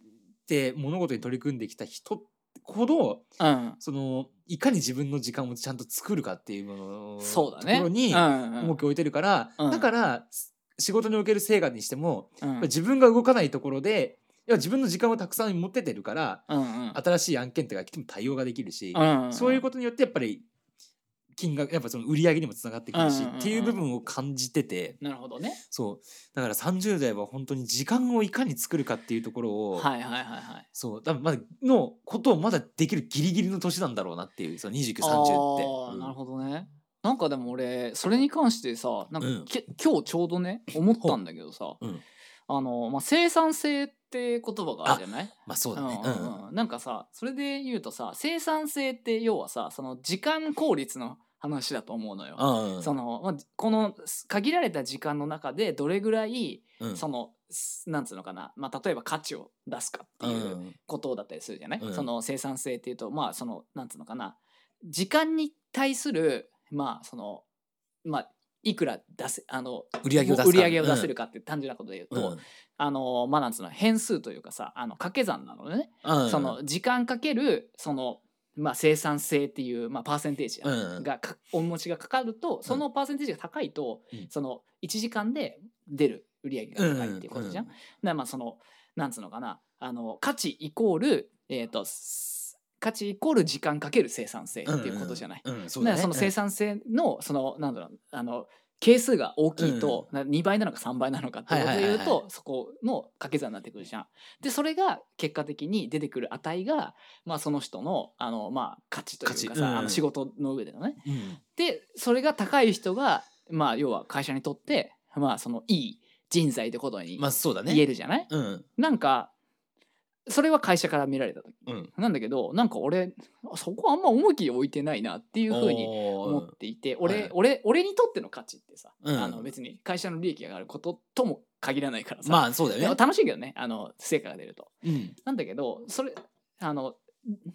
S1: て物事に取り組んできた人ほど
S2: うんうん
S1: そのいかに自分の時間をちゃんと作るかっていうものの
S2: そうだね
S1: ところに
S2: うんうん
S1: 重きを置いてるから、
S2: うん
S1: だからす仕事における成果にしても、
S2: うんうん
S1: 自分が動かないところでいや自分の時間をたくさん持っててるから
S2: うん
S1: 新しい案件とか来ても対応ができるし、
S2: うん
S1: そういう
S2: こ
S1: ことによってやっぱり金額やっぱその売り上げにもつながってくるし、
S2: うんうんうん
S1: っていう部分を感じてて
S2: となるほどね
S1: そうだから30代は本当に時間をいかに作るかっていうところを、
S2: はいはいはいはい
S1: そう多分まだのことをまだできるギリギリの年なんだろうなっていうその2930って
S2: あー
S1: うん
S2: なるほどねなんかでも俺それに関してさなんか、
S1: うん
S2: き今日ちょうどね思ったんだけどさ、
S1: うん
S2: あのまあ、生産性って言葉があるじゃない
S1: まあそう
S2: う
S1: だ
S2: ん
S1: ね、うん
S2: うんうんなんかさそれで言うとさ生産性って要はさその時間効率の話だと思うのよ。
S1: うんうん
S2: そのまあこの限られた時間の中でどれぐらい、
S1: うん
S2: そのすなんつうのかな、まあ、例えば価値を出すかっていう
S1: うん
S2: ことだったりするじゃない、
S1: うん
S2: その生産性っていうとまあそのなんつうのかな時間に対するまあそのまあいくら出せあの
S1: 売り上げを出す
S2: 売り上げを出せるかっていう単純なことで言う
S1: うん
S2: と、あのまあなんつうの変数というかさあの掛け算なのね、
S1: うん
S2: その時間かけるその、まあ、生産性っていう、まあ、パーセンテージ
S1: うんうん
S2: がかお持ちがかかるとそのパーセンテージが高いと、
S1: うん
S2: その1時間で出る売り上げが高いっていうことじゃん。
S1: うん
S2: だからまあそのなんつうのかなあの価値イコール、えー、とす価値イコール時間かける生産性っていうことじゃない。
S1: うんうんうんそ
S2: だ
S1: う
S2: か
S1: だ
S2: ら
S1: ね
S2: その生産性のそのなんだろうあの係数が大きいと、な2倍なのか3倍なのかってこと
S1: はいは
S2: で
S1: いはい
S2: 言
S1: は
S2: う
S1: い
S2: とそこの掛け算になってくるじゃん。でそれが結果的に出てくる値が、まあ、その人のあの、まあ、価値というか
S1: 価値う
S2: さ、
S1: ん
S2: あの仕事の上でのね。
S1: うんうん
S2: でそれが高い人が、まあ、要は会社にとって、まあ、そのいい人材ってことに
S1: まあそうだね
S2: 言えるじゃない、
S1: うん
S2: なんかそれは会社から見られた時
S1: うん
S2: なんだけどなんか俺そこあんま重きを置いてないなっていうふうに思
S1: おー
S2: っていて俺,、
S1: はい
S2: 俺俺にとっての価値ってさ、
S1: うん
S2: あの別に会社の利益が上がることとも限らないからさ、
S1: まあそうだ
S2: でも
S1: よね
S2: 楽しいけどねあの成果が出ると。
S1: うん
S2: なんだけどそれあの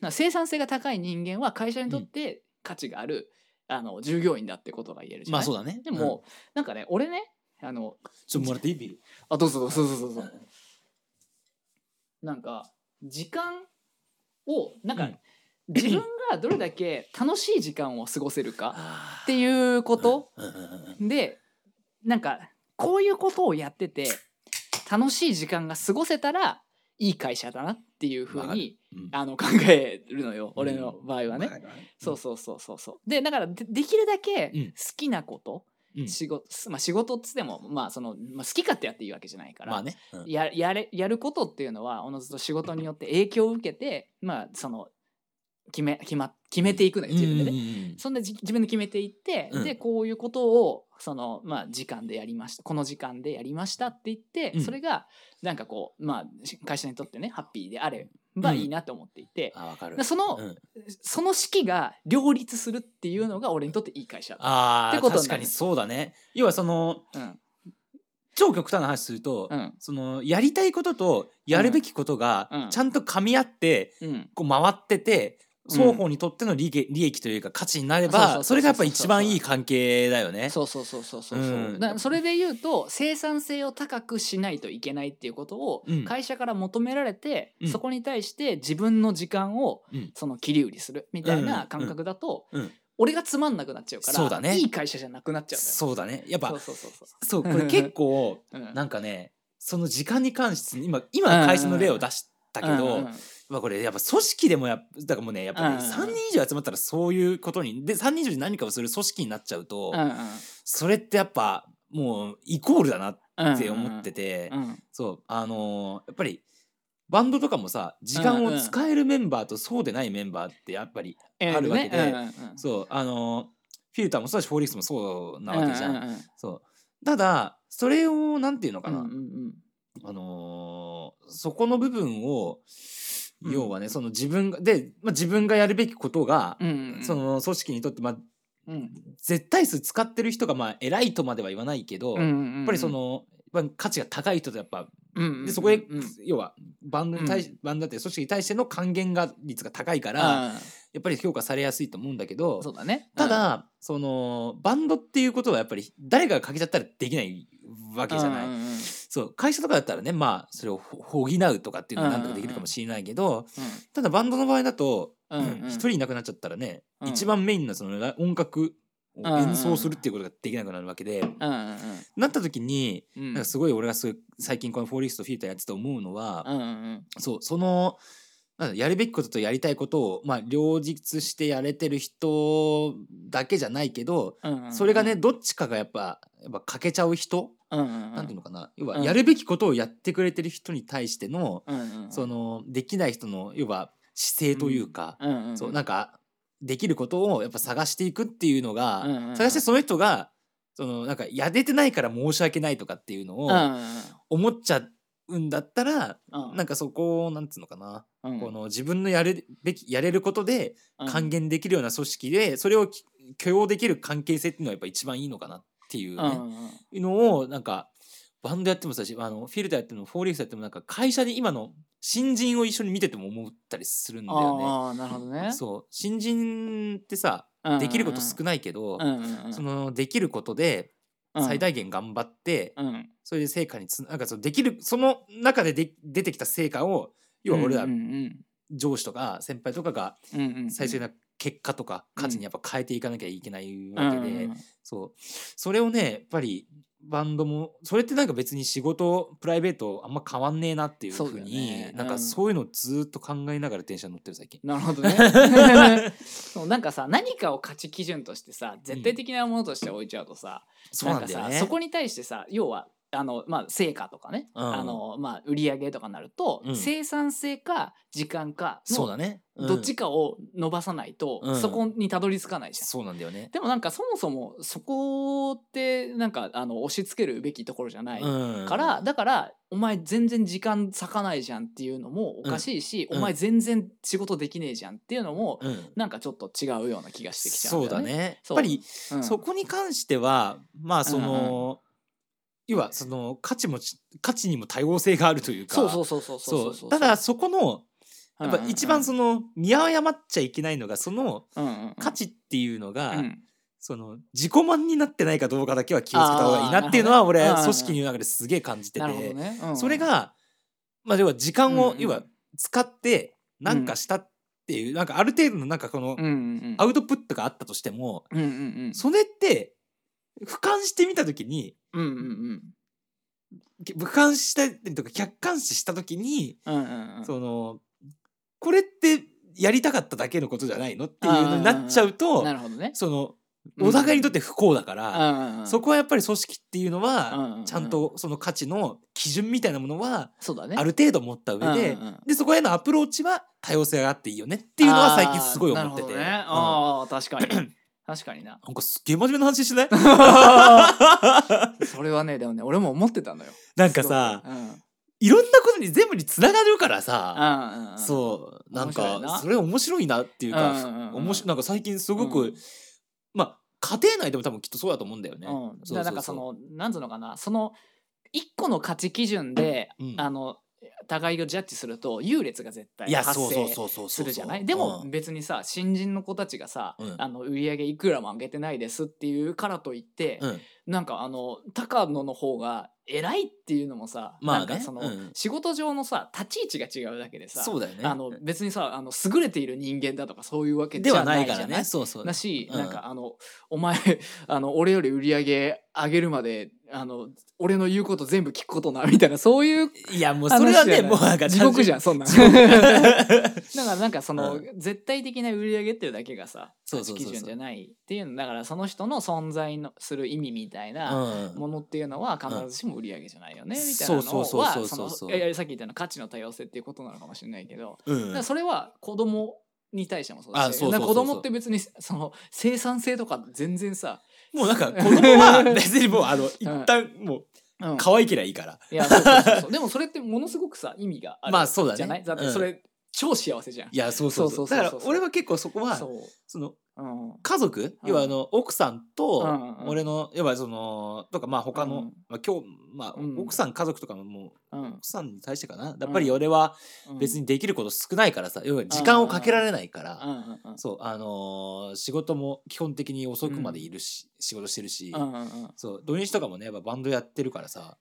S2: な生産性が高い人間は会社にとって価値がある、あの従業員だってことが言えるじゃ
S1: ま
S2: な
S1: あ
S2: い、
S1: そうだね
S2: でも、なんかね俺ねあの
S1: うんちょっともらっていいビール
S2: あどうぞどうぞどうぞどうぞなんか時間をなんか、
S1: うん
S2: 自分がどれだけ楽しい時間を過ごせるか
S1: あ
S2: っ
S1: ー
S2: ていうこと、
S1: うんうんうんうん
S2: でなんかこういうことをやってて楽しい時間が過ごせたらいい会社だなっていうふう
S1: わか
S2: に
S1: るうん
S2: あの考えるの
S1: う
S2: よ
S1: ん
S2: 俺の場合はね。そうそうそうそうそうでだからでできるだけ
S1: うん
S2: 好きなこと、
S1: うん
S2: 仕事まあ、仕事っつっても、まあそのまあ、好き勝手やっていいわけじゃないから、
S1: まあねうん
S2: ややれやることっていうのはおのずと仕事によって影響を受けて、まあ、その決め決,、ま、決めていくのよ自分でね。
S1: うんうんうん
S2: そんでじ自分で決めていって、
S1: うん
S2: でこういうことをその、まあ、時間でやりましたこの時間でやりましたって言って、
S1: うん
S2: それがなんかこう、まあ、し会社にとってねハッピーであればいいなと思っていて、
S1: あわかる
S2: でその、
S1: うん
S2: その式が両立するっていうのが俺にとっていい会社だ、
S1: あ
S2: って
S1: あ
S2: ことに
S1: 確
S2: なる
S1: かにそうだね要はその
S2: うん
S1: 超極端な話すると、
S2: うん
S1: そのやりたいこととやるべきこと
S2: うんう
S1: が
S2: ん
S1: ちゃんと噛み合って
S2: うん、
S1: こう回ってて
S2: うん
S1: 双方にとっての利益利益というか価値になれ
S2: そうそうそうそう
S1: ばそれがやっぱ一番いい関係だよね。
S2: そうそうそうそうそうそう、
S1: うん
S2: だからそれで言うと生産性を高くしないといけないっていうことを
S1: うん
S2: 会社から求められて、
S1: うん
S2: そこに対して自分の時間を
S1: うん
S2: その切り売りするみたいな感覚だと、
S1: うんうん
S2: 俺がつまんなくなっちゃうから
S1: そうだね
S2: いい会社じゃなくなっちゃうんだよ。
S1: そうだねやっぱ
S2: そうそうそうそ
S1: そうこれ結構
S2: ううん
S1: なんかねその時間に関して今今会社の例を出したけど、
S2: うんうんうん
S1: まあ、これやっぱ組織でもやっだからもうねやっぱね、
S2: うんうん
S1: 3人以上集まったらそういうことにで3人以上で何かをする組織になっちゃうと、
S2: うんうん
S1: それってやっぱもうイコールだなっ
S2: うん
S1: て思ってて、
S2: うん
S1: そうあのーやっぱりバンドとかもさ時間を使えるメンバーとそうでないメンバーってやっぱり、あるわけで
S2: うんうんうん
S1: そうあのーフィルターもそうだしフォーリックスもそうなわけじゃん。
S2: うんうんうん
S1: そうただそれをなんていうのかな、
S2: うんうん
S1: あのーそこの部分を
S2: うん
S1: 要はね、その自分がで、まあ、自分がやるべきことが、
S2: うんうんうん
S1: その組織にとって、まあ、
S2: うん
S1: 絶対数使ってる人がまあ偉いとまでは言わないけど、
S2: うんう
S1: やっ
S2: んうん
S1: ぱりその、まあ、価値が高い人とやっぱ
S2: うんうんうん
S1: でそこへ、
S2: うん
S1: 要はバンドに対し、バンドだって組織に対しての還元が率が高いから、
S2: うん
S1: やっぱり評価されやすいと思うんだけど
S2: そうだね
S1: ただ、そのバンドっていうことはやっぱり誰かが欠けちゃったらできないわけじゃない。
S2: うんうんうんうん
S1: そう会社とかだったらねまあそれをほ補うとかっていうのはなんとかできるかもしれないけど、ただバンドの場合だと一、
S2: うんうん
S1: 人いなくなっちゃったらね、
S2: うん
S1: 一番メインのそのラ音楽を演奏するっていうことができなくなるわけで、
S2: うんうんうん
S1: なった時に
S2: うん
S1: なんかすごい俺がすごい最近この「フォーリストフィーター」やってて思うのは、
S2: うんうん
S1: そうそのなんだやるべきこととやりたいことを、まあ、両立してやれてる人だけじゃないけど、
S2: うんうんうん
S1: それがねどっちかがやっぱやっぱ欠けちゃう人、
S2: うんうんうん
S1: なんていうのかな要は
S2: うん
S1: やるべきことをやってくれてる人に対しての、
S2: うんうんうん
S1: そのできない人の要は姿勢というか、
S2: うんうんうん
S1: そうなんかできることをやっぱ探していくっていうのが、
S2: うんうんうん
S1: 探してその人がそのなんかやれてないから申し訳ないとかっていうの
S2: う
S1: を
S2: んうん
S1: 思っちゃうんだったら、
S2: うんうん
S1: なんかそこをなんつうのかな、
S2: うん
S1: この自分のやるべきやれることで
S2: うん
S1: 還元できるような組織でそれをき許容できる関係性っていうのはやっぱ一番いいのかなっていう、ね
S2: うんうん
S1: のをなんかバンドやってもそうだしあのフィルターやってもフォーリーフスやってもなんか会社に今の新人を一緒に見てても思ったりするんだよ
S2: ああなるほどね
S1: ね。そう新人ってさできること少ないけど、
S2: うんうんうん
S1: そのできることで最大限頑張って、
S2: うんうん
S1: それで成果につなんかそのできるその中でで出てきた成果を要は俺ら
S2: うんうん
S1: 上司とか先輩とかが
S2: うんうんうん
S1: 最終的な結果とか価値にやっぱ変えていかなきゃいけないわけで、
S2: うんうんうん
S1: そうそれをねやっぱりバンドもそれってなんか別に仕事プライベートあんま変わんねえなっていう
S2: そう
S1: ふ
S2: だ
S1: う
S2: よね
S1: に
S2: うん
S1: なんかそういうのをずっと考えながら電車に乗ってる 最近。
S2: なるほどね そうなんかさ何かを価値基準としてさ絶対的なものとして置いちゃうとさ、
S1: そうなん
S2: か
S1: だ
S2: さ
S1: よね
S2: そこに対してさ要はあの、まあ、成果とかね、
S1: うん
S2: あのまあ、売り上げとかになると、
S1: うん
S2: 生産性か時間か
S1: そう
S2: の
S1: だね、うん
S2: どっちかを伸ばさないと、
S1: うん
S2: そこにたどり着かないじゃん。
S1: そうなんだよね。
S2: でもなんかそもそもそこってなんかあの押し付けるべきところじゃない
S1: うん
S2: から、だからお前全然時間割かないじゃんっていうのもおかしいし、
S1: うん
S2: お前全然仕事できねえじゃんっていうのも
S1: うん
S2: なんかちょっと違うような気がしてきちゃう
S1: そ
S2: ん
S1: うだ。ねや
S2: そ
S1: っ
S2: う
S1: ぱり
S2: うん
S1: そこに関してはまあその、要はその価値もち価値にも多様性があるというか
S2: そうそうそうそうそう
S1: そうただそこのやっぱ一番
S2: そ
S1: その見誤っちゃいけないのがその価
S2: 価
S1: 値っていうのが、
S2: うん
S1: その自己満になってないかどうかだけは気をつけた方がいいなっていうの
S2: あ
S1: は
S2: ー
S1: 俺
S2: なるほどね
S1: 組織の中ですげえ感じて
S2: なるほど
S1: て
S2: ね、うんうん
S1: それがまあ要は時間
S2: うん
S1: を
S2: うん
S1: 要は使ってなんかしたっていうなんかある程度のなんかこの
S2: うんうん
S1: アウトプットがあったとしても
S2: うんうんうん
S1: それって俯瞰してみた時に
S2: うんうん
S1: 俯瞰したりとか客観視した時に
S2: うんうんうん
S1: そのこれってやりたかっただけのことじゃないのっていうのになっちゃうと
S2: なるほどね
S1: そのお互いにとって不幸だから。そ
S2: こ
S1: こはやっぱり組織っていうの
S2: うんうんう
S1: は
S2: ん
S1: ちゃんとその価値の基準みたいなものは
S2: そうだね
S1: あ
S2: るっ
S1: る程度持った上で
S2: うんうんうん
S1: でそこへのアプローチは多様性があっていいよねっていうのは最近すごい思ってて、うん
S2: ね、
S1: な
S2: ああ確か に確かに なん
S1: かすっげえ真面目な話 してない
S2: それはねでもね俺も思ってたのよ
S1: なんかさ
S2: すごくうん
S1: いろんなことに全部につながるからさ
S2: うんうんう
S1: そうなん
S2: 面白い
S1: か
S2: な
S1: それ面白いなっていうか、
S2: うんうんうん
S1: 面白いなんか最近すごく、
S2: うん
S1: まあ家庭内でも多分きっとそうだと思うんだよね。
S2: うん
S1: う
S2: だからなんかそのなんつうのかなその一個の価値基準で、
S1: うん
S2: あの互いをジャッジすると優劣が絶対
S1: いや
S2: 発
S1: そうそう
S2: 生
S1: そうそうそう
S2: するじゃないでも
S1: うん
S2: 別にさ新人の子たちがさ、
S1: うん
S2: あの売り上げいくらも上げてないですっていうからといって、
S1: うん
S2: なんかあの高野の方が偉いっていうのもさ、
S1: まあね
S2: なんかその、
S1: うん
S2: 仕事上のさ立ち位置が違うだけでさ、
S1: そうだよね。
S2: あの別にさあの優れている人間だとかそういうわけじ
S1: では
S2: ゃ
S1: な
S2: ないいじ
S1: か
S2: ゃ
S1: ら
S2: ない
S1: ね。そうそう。
S2: だし、
S1: うん
S2: なんかあのお前あの俺より売り上げ上げるまであの俺の言うこと全部聞くことなみたいなそういう
S1: いやもうそれはね
S2: 話じゃない
S1: もうなんか
S2: 地獄じ
S1: ゃん
S2: ゃんそんなんだ からなんかその、
S1: う
S2: 絶対的な売り上げっていうだけがさ
S1: そうそうそうそう
S2: 基準じゃないっていうのだからその人の存在のする意味みたいな、ものっていうのは必ずしも売り上げじゃないよね、
S1: うん
S2: みたいなの
S1: そうそうそう
S2: は
S1: そうそう
S2: そのいやいやさっき言ったような価値の多様性っていうことなのかもしれないけど、
S1: うん、
S2: だ
S1: う
S2: から
S1: ん、
S2: それは子供に対してもそう
S1: あ
S2: だし
S1: そうそうそうそう
S2: だから子供って別にその生産性とか全然さ、
S1: もうなんか子供は別にもうあの一旦もう
S2: うん
S1: 可愛けりゃいいから、
S2: いやそうそうそうそうでもそれってものすごくさ意味がある
S1: まあそうだね
S2: じゃないだってそれ、超幸せじゃん
S1: いやそうそうそう
S2: そうそうそ
S1: だ
S2: うそう
S1: から俺は結構そこは
S2: そう、
S1: その
S2: うん、
S1: 家族、
S2: うん
S1: 要はあの奥さん
S2: う
S1: と
S2: んうん
S1: 俺の、要はそのとかまあ他の、
S2: うん
S1: まあ、今日、まあ
S2: うん
S1: 奥さん家族とかももう
S2: うん
S1: 奥さんに対してかなやっ
S2: ん
S1: ぱり俺は
S2: うん、
S1: 別にできること少ないからさ、要は時間をかけられないから、
S2: うんうんうん
S1: そうあのー仕事も基本的に遅くまでいるし、仕事してるし、
S2: うんうんうん
S1: そう土日とかもねやっぱバンドやってるからさ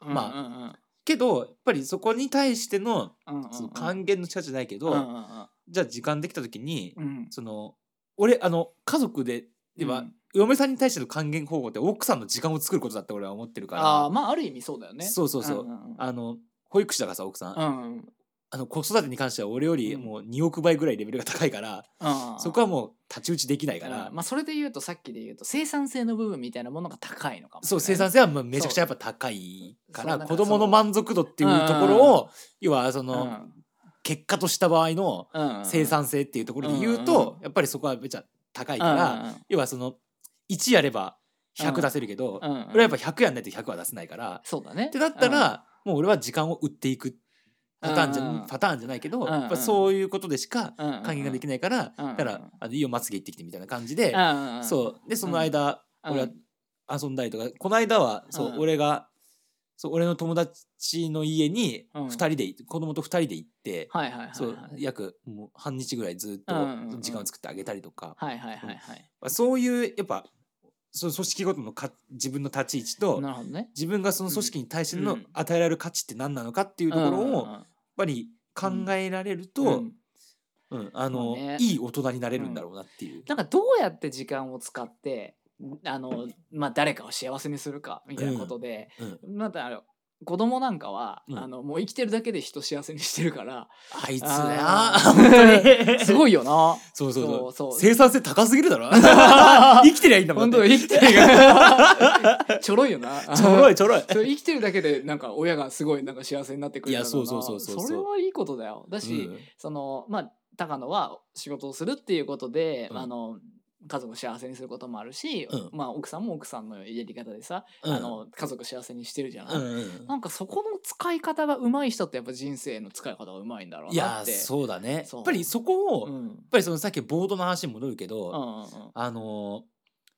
S1: まあ
S2: うんうん
S1: けどやっぱりそこに対しての
S2: うんうんうん
S1: その還元の力じゃないけど、
S2: うんうん
S1: じゃあ時間できた時に、
S2: うんうん
S1: その俺あの家族ででは、
S2: うん
S1: 嫁さんに対しての還元方法って奥さんの時間を作ることだって俺は思ってるから
S2: ああまあある意味そうだよね
S1: そうそうそう
S2: うんうんうん
S1: あの保育士だからさ奥さん、
S2: うんうん
S1: あの子育てに関しては俺より
S2: うん
S1: もう2億倍ぐらいレベルが高いから、
S2: うん
S1: そこはもう太刀打ちできないから、
S2: うんまあ、それで言うとさっきで言うと生産性の部分みたいなものが高いのかもしれ
S1: そ
S2: な
S1: う
S2: い
S1: 生産性はまあめちゃくちゃやっぱ高いから
S2: そうなんか
S1: 子どもの満足度っていうところを要はそ
S2: うん
S1: の結果とした場合の
S2: うんうん
S1: 生産性っていうところで言う
S2: うんうん
S1: と
S2: う
S1: やっぱりそこはめちゃ高い
S2: うん
S1: か
S2: うん
S1: ら要はその1やれば100出せるけど
S2: うんうん
S1: 俺はやっぱ100やんないと100は出せないから
S2: そうだね
S1: ってなったらもう俺は時間を売っていくパターンじ
S2: うんう
S1: ゃ
S2: ん
S1: パターンじゃないけど
S2: うんうん
S1: やっぱそういうことでしか還元ができ
S2: ない
S1: ないから
S2: うんうん
S1: だからあのいいよまつげ行ってきてみたいな感じで
S2: う
S1: そうでその間
S2: うん
S1: 俺は遊んだりとかこの間はそううん俺がそう俺の友達の家に
S2: うん
S1: 2人で行って子供と2人で行って
S2: はいはいはいはい
S1: そう約もう半日ぐらいずっと
S2: うんうんうん
S1: 時間を作ってあげたりとか
S2: はいはいはいはい
S1: まあそういうやっぱそう組織ごとのか自分の立ち位置と
S2: なるほどね
S1: 自分がその組織に対して
S2: う
S1: の
S2: ん
S1: 与えられる価値って何なのかっていうところをやっぱり考えられると、
S2: うんうんうん
S1: うんあ
S2: そ
S1: の
S2: うね
S1: いい大人になれるんだろうなっていう。
S2: なんかどうやって時間を使ってあの、まあ、誰かを幸せにするかみたいなことで、
S1: うん
S2: またあの子供なんかは、
S1: うん
S2: あのもう生きてるだけで人幸せにしてるから
S1: あいつね
S2: あー
S1: 本当 に
S2: すごいよな
S1: そうそうそう
S2: そうそう
S1: 生産性高すぎる だろ生きてりゃいいんだもん
S2: 本当
S1: だっ
S2: 生きてる からちょろいよな
S1: てちょろ
S2: い
S1: いち ょろい
S2: 生きてるだけでなんか親がすごいなんか幸せになってくれるだろない
S1: やそうそうそうそうそう
S2: れはいいことだよだし、
S1: うん
S2: そのまあ高野は仕事をするっていうことで、
S1: うん
S2: あの家族を幸せにすることもあるし、
S1: うん
S2: まあ、奥さんも奥さんのやり方でさ、
S1: うん
S2: あの家族幸せにしてるじゃない、
S1: うんうん
S2: なんかそこの使い方が上手い人ってやっぱ人生の使い方が上手いんだろう
S1: いや
S2: なって。
S1: そうだね
S2: そう
S1: やっぱりそこを、
S2: う
S1: やっ
S2: ん
S1: ぱりそのさっきボードの話に戻るけど、
S2: うんうん
S1: あの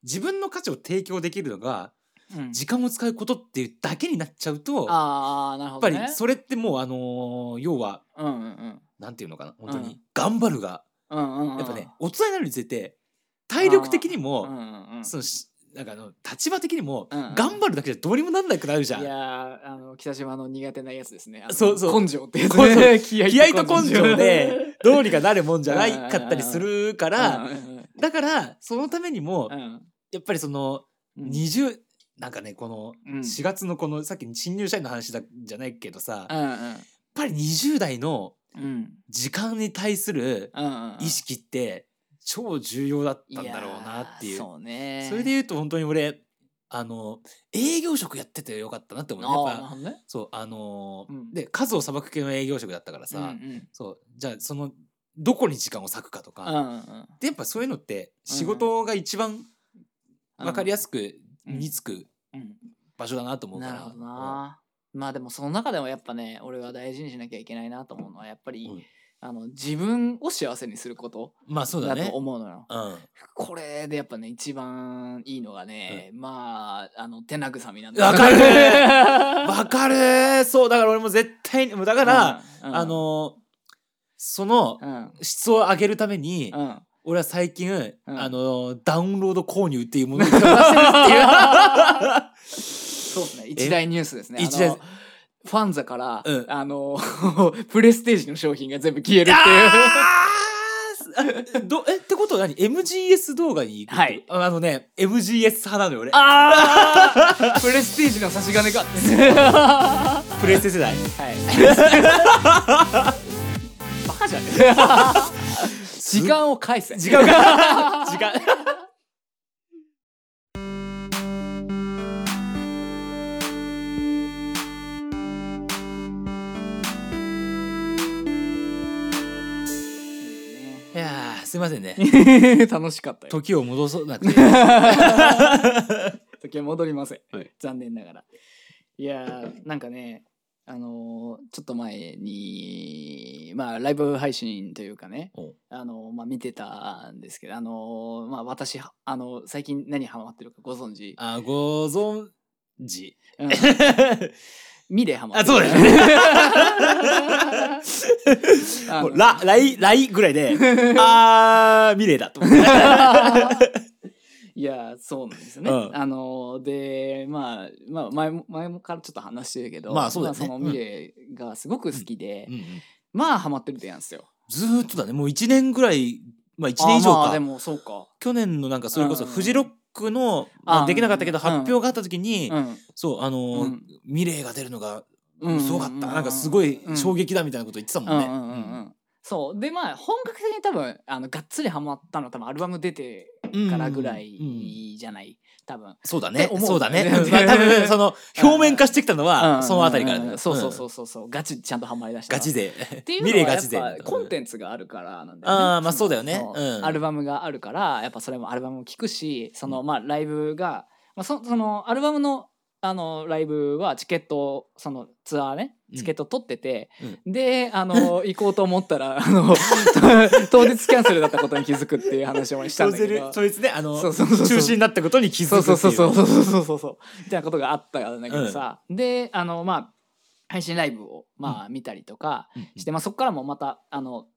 S1: 自分の価値を提供できるのが
S2: うん
S1: 時間を使うことっていうだけになっちゃうと、やっ
S2: あーなるほ
S1: ぱ
S2: どね
S1: りそれってもうあのー要は
S2: うんうんうん
S1: なんていうのかな本当に、
S2: うん
S1: 頑張るが
S2: うんうんうん
S1: やっぱね、大人になるにつれて体力的に
S2: うん
S1: も、
S2: うんうん
S1: そのしなんかあの立場的にも、
S2: うんうん
S1: 頑張るだけじゃどうにもなんなくなるじゃん。
S2: いやーあの北島の苦手なやつですねあの
S1: そうそう
S2: 根性ってやつね 気
S1: 気合と根性でどうにかなるもんじゃないかったりするか
S2: うん
S1: ら
S2: うん
S1: だからそのためにも
S2: うん
S1: やっぱりその
S2: うん
S1: 20なんかねこの
S2: うん
S1: 4月のこのさっき新入社員の話だじゃないけどさ
S2: う
S1: やっ
S2: んうん
S1: ぱり20代の
S2: うん
S1: 時間に対する
S2: うんうん
S1: 意識って超重要だったんだろうなっていう
S2: やーそうね
S1: それで言うと本当に俺あの営業職やっててよかったなって思
S2: あ
S1: うね
S2: ーなる
S1: やっぱ
S2: ほどね
S1: そうあのー
S2: うん
S1: で数をさばく系の営業職だったからさ、
S2: うんうん
S1: そうじゃあそのどこに時間を割くかとか、
S2: うんうん
S1: でやっぱそういうのって仕事が一番分かりやすく
S2: うん
S1: 身につく
S2: うん
S1: 場所だなと思うか
S2: な
S1: ら、
S2: るほどな、まあでもその中でもやっぱね俺が大事にしなきゃいけないなと思うのはやっぱり、
S1: うん
S2: あの自分を幸せにすること
S1: うんまあそうだ
S2: だ
S1: ね
S2: と思うのよ。
S1: うん
S2: これでやっぱね一番いいのがね、まああの手慰みなん
S1: わか る
S2: わ
S1: わかるーそうだから俺も絶対にもうだ
S2: か
S1: から、、あのーその
S2: うんうん
S1: 質を上げるために、
S2: うん、
S1: 俺は最近、
S2: ん
S1: あのダウンロード購入っていう ものに手を出してるって
S2: そうですね一大ニュースですね。
S1: 一大
S2: あのファンザから、
S1: うん
S2: あのプレステージの商品が全部消えるっ
S1: いう
S2: ていう。
S1: あー どえってことは何 MGS 動画に行くって
S2: はい
S1: ああのね MGS 派なのよ俺
S2: ああプレステージの差し金かは
S1: プレステ世代
S2: いバカじゃねえ時間を返せ
S1: 時間が時間いやーすいませんね
S2: 楽しかったよ
S1: 時を戻そうなくて
S2: 時は戻りません、
S1: はい
S2: 残念ながらいやーなんかねあのーちょっと前にまあライブ配信というかね
S1: おう
S2: あのーまあ見てたんですけどあのーまあ私あの最近何ハマってるかご存知、
S1: あご存知
S2: うん、ミでハマっ
S1: あ
S2: て
S1: そ
S2: る
S1: うだよ ね
S2: あ
S1: も
S2: の
S1: うラライライぐらいで あーミレーだと思って
S2: いやそうなんですよね。
S1: うん
S2: あのでまあまあ前も前もからちょっと話してるけど、
S1: まあそうだよね
S2: まあそのミレーがすごく好きで、
S1: うんうん
S2: まあハマってるってやんすよ。
S1: ずーっとだねもう1年ぐらいまあ1年以上
S2: あ
S1: か、
S2: まあでもそうか。
S1: 去年のなんかそれこそ
S2: うん
S1: フジロックの、ま
S2: あ
S1: あ、できなかったけど
S2: うん
S1: 発表があった時に、
S2: うん
S1: そうあのー
S2: うん
S1: ミレーが出るのが
S2: うん
S1: すごかった、なんかすごい衝撃
S2: 撃
S1: だみたいなこと言ってたも
S2: うん
S1: ん
S2: う
S1: ね。
S2: んうんうん。そうでまあ本格的に多分あのがっつりハマったのは多分アルバム出て
S1: うん
S2: からぐらい
S1: うん
S2: じゃない多分。
S1: そうだ
S2: っ
S1: ね
S2: て思う
S1: そうだね、
S2: うん
S1: まあ、多分その表面化してきたのはそのあたりからだ
S2: うん
S1: よ
S2: うんうんそうそうそうそうそうガチちゃんとハマりだした
S1: ガチ勢
S2: っていう
S1: ミレー
S2: のは
S1: ガ
S2: や
S1: チ勢
S2: っぱコンテンツがあるからなんだよね。
S1: あーまあそうだよね
S2: の
S1: うん
S2: アルバムがあるからやっぱそれもアルバムを聴くしそのまあライブが、まあ、そそのアルバムのあのライブはチケットそのツアーねチケット取ってて、であの 行こうと思ったらあの当日キャンセルだったことに気づくっていう話をしたんだけ ど。
S1: そいつねあの
S2: そうそうそうそう
S1: 中止になったことに気づく
S2: そ
S1: っ
S2: う
S1: てい
S2: そう
S1: う
S2: そうそうそうそうそうそうそうみたいなことがあったんだけどさ、であのまあ配信ライブをまあ見たりとか
S1: うん
S2: して、まあ、そこからもまたあの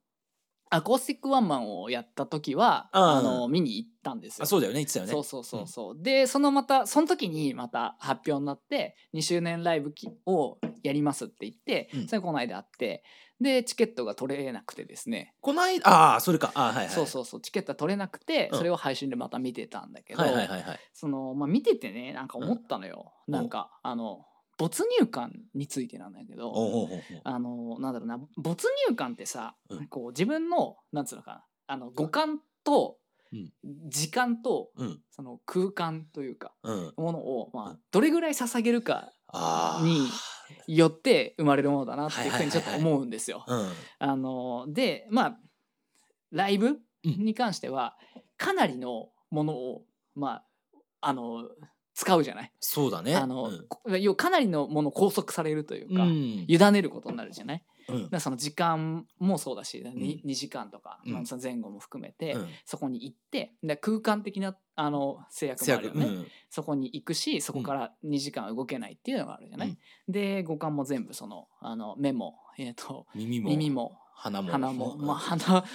S2: アコースティックワンマンをやった時は
S1: あー
S2: あの見に行ったんですよ。
S1: あそうだよね言ってたよね
S2: そうそうそうそうでそのまたその時にまた発表になって2周年ライブきをやりますって言って、
S1: うん
S2: それこの間あってでチケットが取れなくてですね、
S1: こないああそれかあーはいはい
S2: そうそうそうチケットが取れなくて、
S1: うん
S2: それを配信でまた見てたんだけど、
S1: はいはいはいはい
S2: その、まあ、見ててねなんか思ったのよ、
S1: うん
S2: なんかあの没入感についてなんだけ
S1: おうお
S2: ど
S1: うおうおう
S2: あのなんだろうな没入感ってさ、
S1: うん
S2: こう自分のなんつうのかなあの五感と
S1: うん
S2: 時間と
S1: うん
S2: その空間というか
S1: うん
S2: ものを、ま
S1: う
S2: あ、どれぐらい捧げるか
S1: ああ
S2: によって生まれるものだなっていうふうにちょっと思うんですよ。
S1: うん
S2: あのでまあライブ
S1: うん
S2: に関してはかなりのものをまああの使うじゃない
S1: そうだね
S2: あの、
S1: うん
S2: こ要はかなりのものを拘束されるというか、
S1: うん
S2: 委ねることになるじゃない
S1: うん
S2: だからその時間もそうだし、に
S1: う
S2: 2, 時間とか、
S1: うん
S2: まあその前後も含めて、
S1: うん
S2: そこに行ってで空間的なあの制約
S1: せ
S2: もあ
S1: や
S2: る
S1: く
S2: よね、
S1: うん
S2: そこに行くしそこから2時間は動けないっていうのがあるじゃない、で五感も全部そのあの目も、えー、と
S1: 耳も
S2: 耳も
S1: 鼻も
S2: 鼻も、
S1: うん
S2: まあ鼻まあ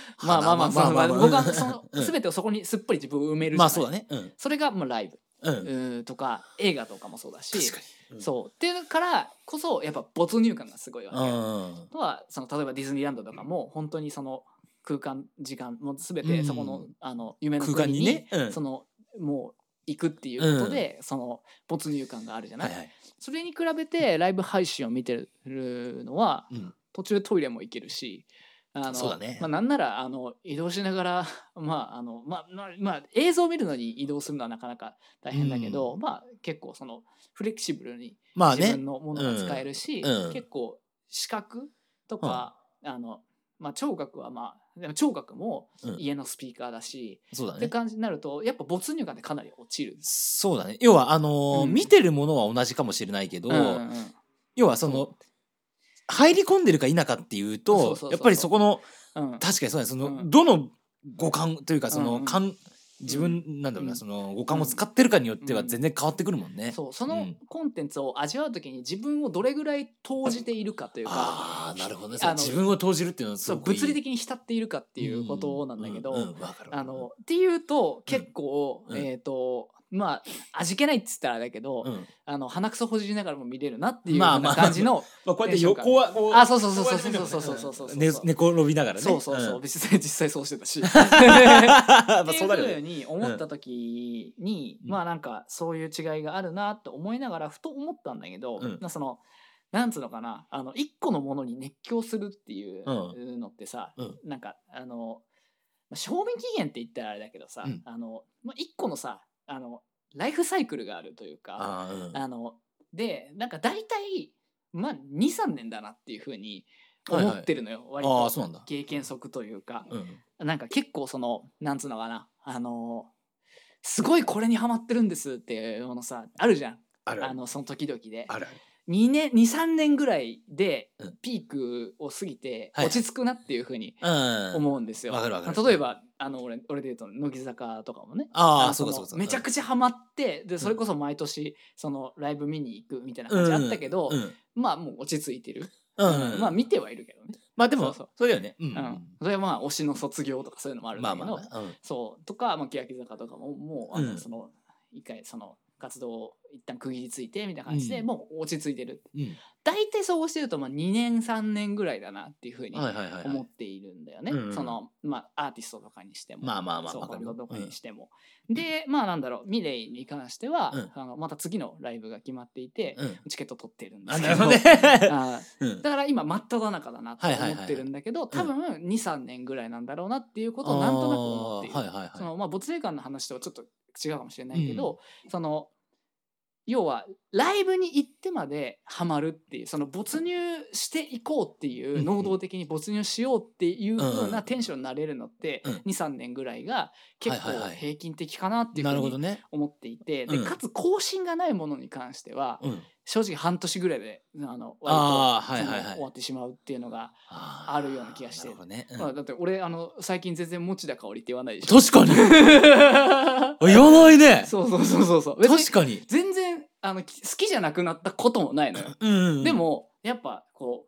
S2: まあまあ、そのまあ、僕はその
S1: うん
S2: 全てをそこにすっぽり自分を埋めるじゃない
S1: まあそうだねうん
S2: それがもうライブ
S1: うん
S2: うーとか映画とかもそうだし、
S1: 確かに
S2: そうっていうからこそやっぱ没入感がすごいわけよ。
S1: うん
S2: あとはその例えばディズニーランドとかも本当にその空間時間も全てそこの,、
S1: うん
S2: あの夢の
S1: 空
S2: 国
S1: 間
S2: に
S1: にねうん
S2: そのもう行くっていうことで、その没入感があるじゃない、
S1: はいはい
S2: それに比べてライブ配信を見てるのは
S1: うん
S2: 途中トイレも行けるし。あの
S1: そうだね
S2: まあ、なんならあの移動しながら、 まああのまあまあまあ、映像を見るのに移動するのはなかなか大変だけど、まあ、結構そのフレキシブルに
S1: まあ
S2: 自
S1: ね
S2: 分のものが使えるし、
S1: うんうん
S2: 結構視覚とか、あのまあ、聴覚はまあでも聴覚も
S1: うん
S2: 家のスピーカーだし、
S1: そうだ
S2: って
S1: ね
S2: 感じになるとやっぱ没入感でかなり落ちる。
S1: そうだね要はあのー
S2: うん
S1: 見てるものは同じかもしれないけど、
S2: うんうん
S1: 要はその入り込んでるか否かっていうと
S2: そうそうそうそう
S1: やっぱりそこの
S2: うんうん
S1: 確かにそうだねその、
S2: うん
S1: どの五感というかその、
S2: うんうん
S1: 感自分なんだろうな、
S2: うん
S1: その五感を使ってるかによっては全然変わってくるもんね。
S2: そうそうの
S1: ん
S2: コンテンツを味わう時に自分をどれぐらい投じているかというか、
S1: ああなるほどね
S2: あの
S1: 自分を投じるっていうのはす
S2: そう
S1: ごくいい
S2: 物理的に浸っているかっていうことなんだけど、
S1: うんうんうんわかるわかる
S2: あのっていうと結構、
S1: うん
S2: えっ、とまあ味気ないっつったらあれだけど、
S1: うん
S2: あの鼻くそほじりながらも見れるなっていう
S1: まあ
S2: ような
S1: まあ
S2: 感じの、
S3: まあこうやって横はこう
S2: あそうそうそうそうそうそうそうそうそうそう
S1: 寝寝転びながらね
S2: そうそうそう、
S1: ん
S2: 実際実際そうして たし
S1: まあ
S2: っ
S1: そ
S2: ていうう
S1: なるよ
S2: ふう
S1: ね
S2: に思った時に、
S1: うん
S2: まあなんかそういう違いがあるなって思いながらふと思ったんだけど、
S1: うん
S2: なそのなんつうのかなあの一個のものに熱狂するっていう
S1: う
S2: のってさ、
S1: うん
S2: なんかあのまあ賞味期限って言ったらあれだけどさ、
S1: うん
S2: あのまあ、一個のさあのライフサイクルがあるというか
S1: あーうん
S2: あのでなんか大体、まあ、23年だなっていうふうに思ってるのよ、
S1: あー
S2: 割
S1: そうなん
S2: と
S1: だ
S2: 経験則というか、
S1: うん
S2: なんか結構そのなんつうのかなあのすごいこれにハマってるんですっていうものさあるじゃん
S1: あるあ
S2: あ
S1: る
S2: のその時々で
S1: あるある
S2: 2年23年ぐらいで
S1: うん
S2: ピークを過ぎて
S1: はい
S2: 落ち着くなっていうふうに
S1: うん
S2: 思うんですよ。
S1: わかるわかる
S2: まあ例えばあの俺俺で言うと乃木坂とかもね
S1: あ
S2: の
S1: あそうか
S2: そ
S1: そう
S2: の
S1: かそうか
S2: めちゃくちゃハマってでそれこそ毎年そのライブ見に行くみたいな感じあったけど、
S1: うんうん
S2: まあもう落ち着いてる、
S1: うんうん
S2: まあ見てはいるけどね、
S1: まあでも
S2: そうそう
S1: それだよねう
S2: うんんそれはまあ推しの卒業とかそういうのもあるん
S1: まあ
S2: だけ
S1: ま
S2: ど、
S1: あね
S2: そうとか、まあ、欅坂とかももうあ
S1: う
S2: の
S1: ん
S2: その、一回その活動を一旦区切りついてみたいな感じで、
S1: うん
S2: もう落ち着いてる
S1: うん
S2: 大体そうしてるとまあ2年3年ぐらいだなっていうふう
S1: う
S2: に
S1: んはいはいはいはい
S2: 思っているんだよね、
S1: うんうん
S2: その、まあ、アーティストとかにしても。
S1: まあまあまあ
S2: そう
S1: わか
S2: バ
S1: る
S2: ン
S1: よ
S2: ドとか
S1: うん
S2: にしても。でまあなんだろうミレイに関しては、
S1: うん
S2: あのまた次のライブが決まっていて、
S1: うん
S2: チケット取ってるん で
S1: あ
S2: す
S1: な
S2: け
S1: るほ
S2: ど
S1: どね
S2: あ
S1: うん
S2: だから今真っ只中だなと
S1: はいはいはい
S2: 思
S1: はい
S2: ってるんだけど、多分23年ぐらいなんだろうなっていうことを
S1: あー
S2: なんとなく思っている。
S1: はいはいはい
S2: そのまあ、没霊感の話とはちょっと違うかもしれないけど、その要はライブに行ってまでハマるっていうその没入していこうっていう、
S1: うん
S2: 能動的に没入しようっていう風
S1: うん
S2: なテンションになれるのって、
S1: うん
S2: 23年ぐらいが結構
S1: はいはいはい
S2: 平均的かなっていう
S1: なる
S2: ふ
S1: ほ
S2: う
S1: ど
S2: に
S1: ね
S2: 思っていて、
S1: うん
S2: でかつ更新がないものに関しては、
S1: うん
S2: 正直半年ぐらいであの割と
S1: ああはい
S2: その
S1: はいはい
S2: 終わってしまうっていうのが、
S1: あー
S2: あるような気がして
S1: なるほどねうん
S2: まあ、だって俺あの最近全然持田香織って言わないでしょ
S1: 確かに あ言わないね
S2: そうそうそうそうそう別に
S1: 確かに
S2: 全然あのき好きじゃなくなったこともないのよ、
S1: うんうんうん
S2: でもやっぱこ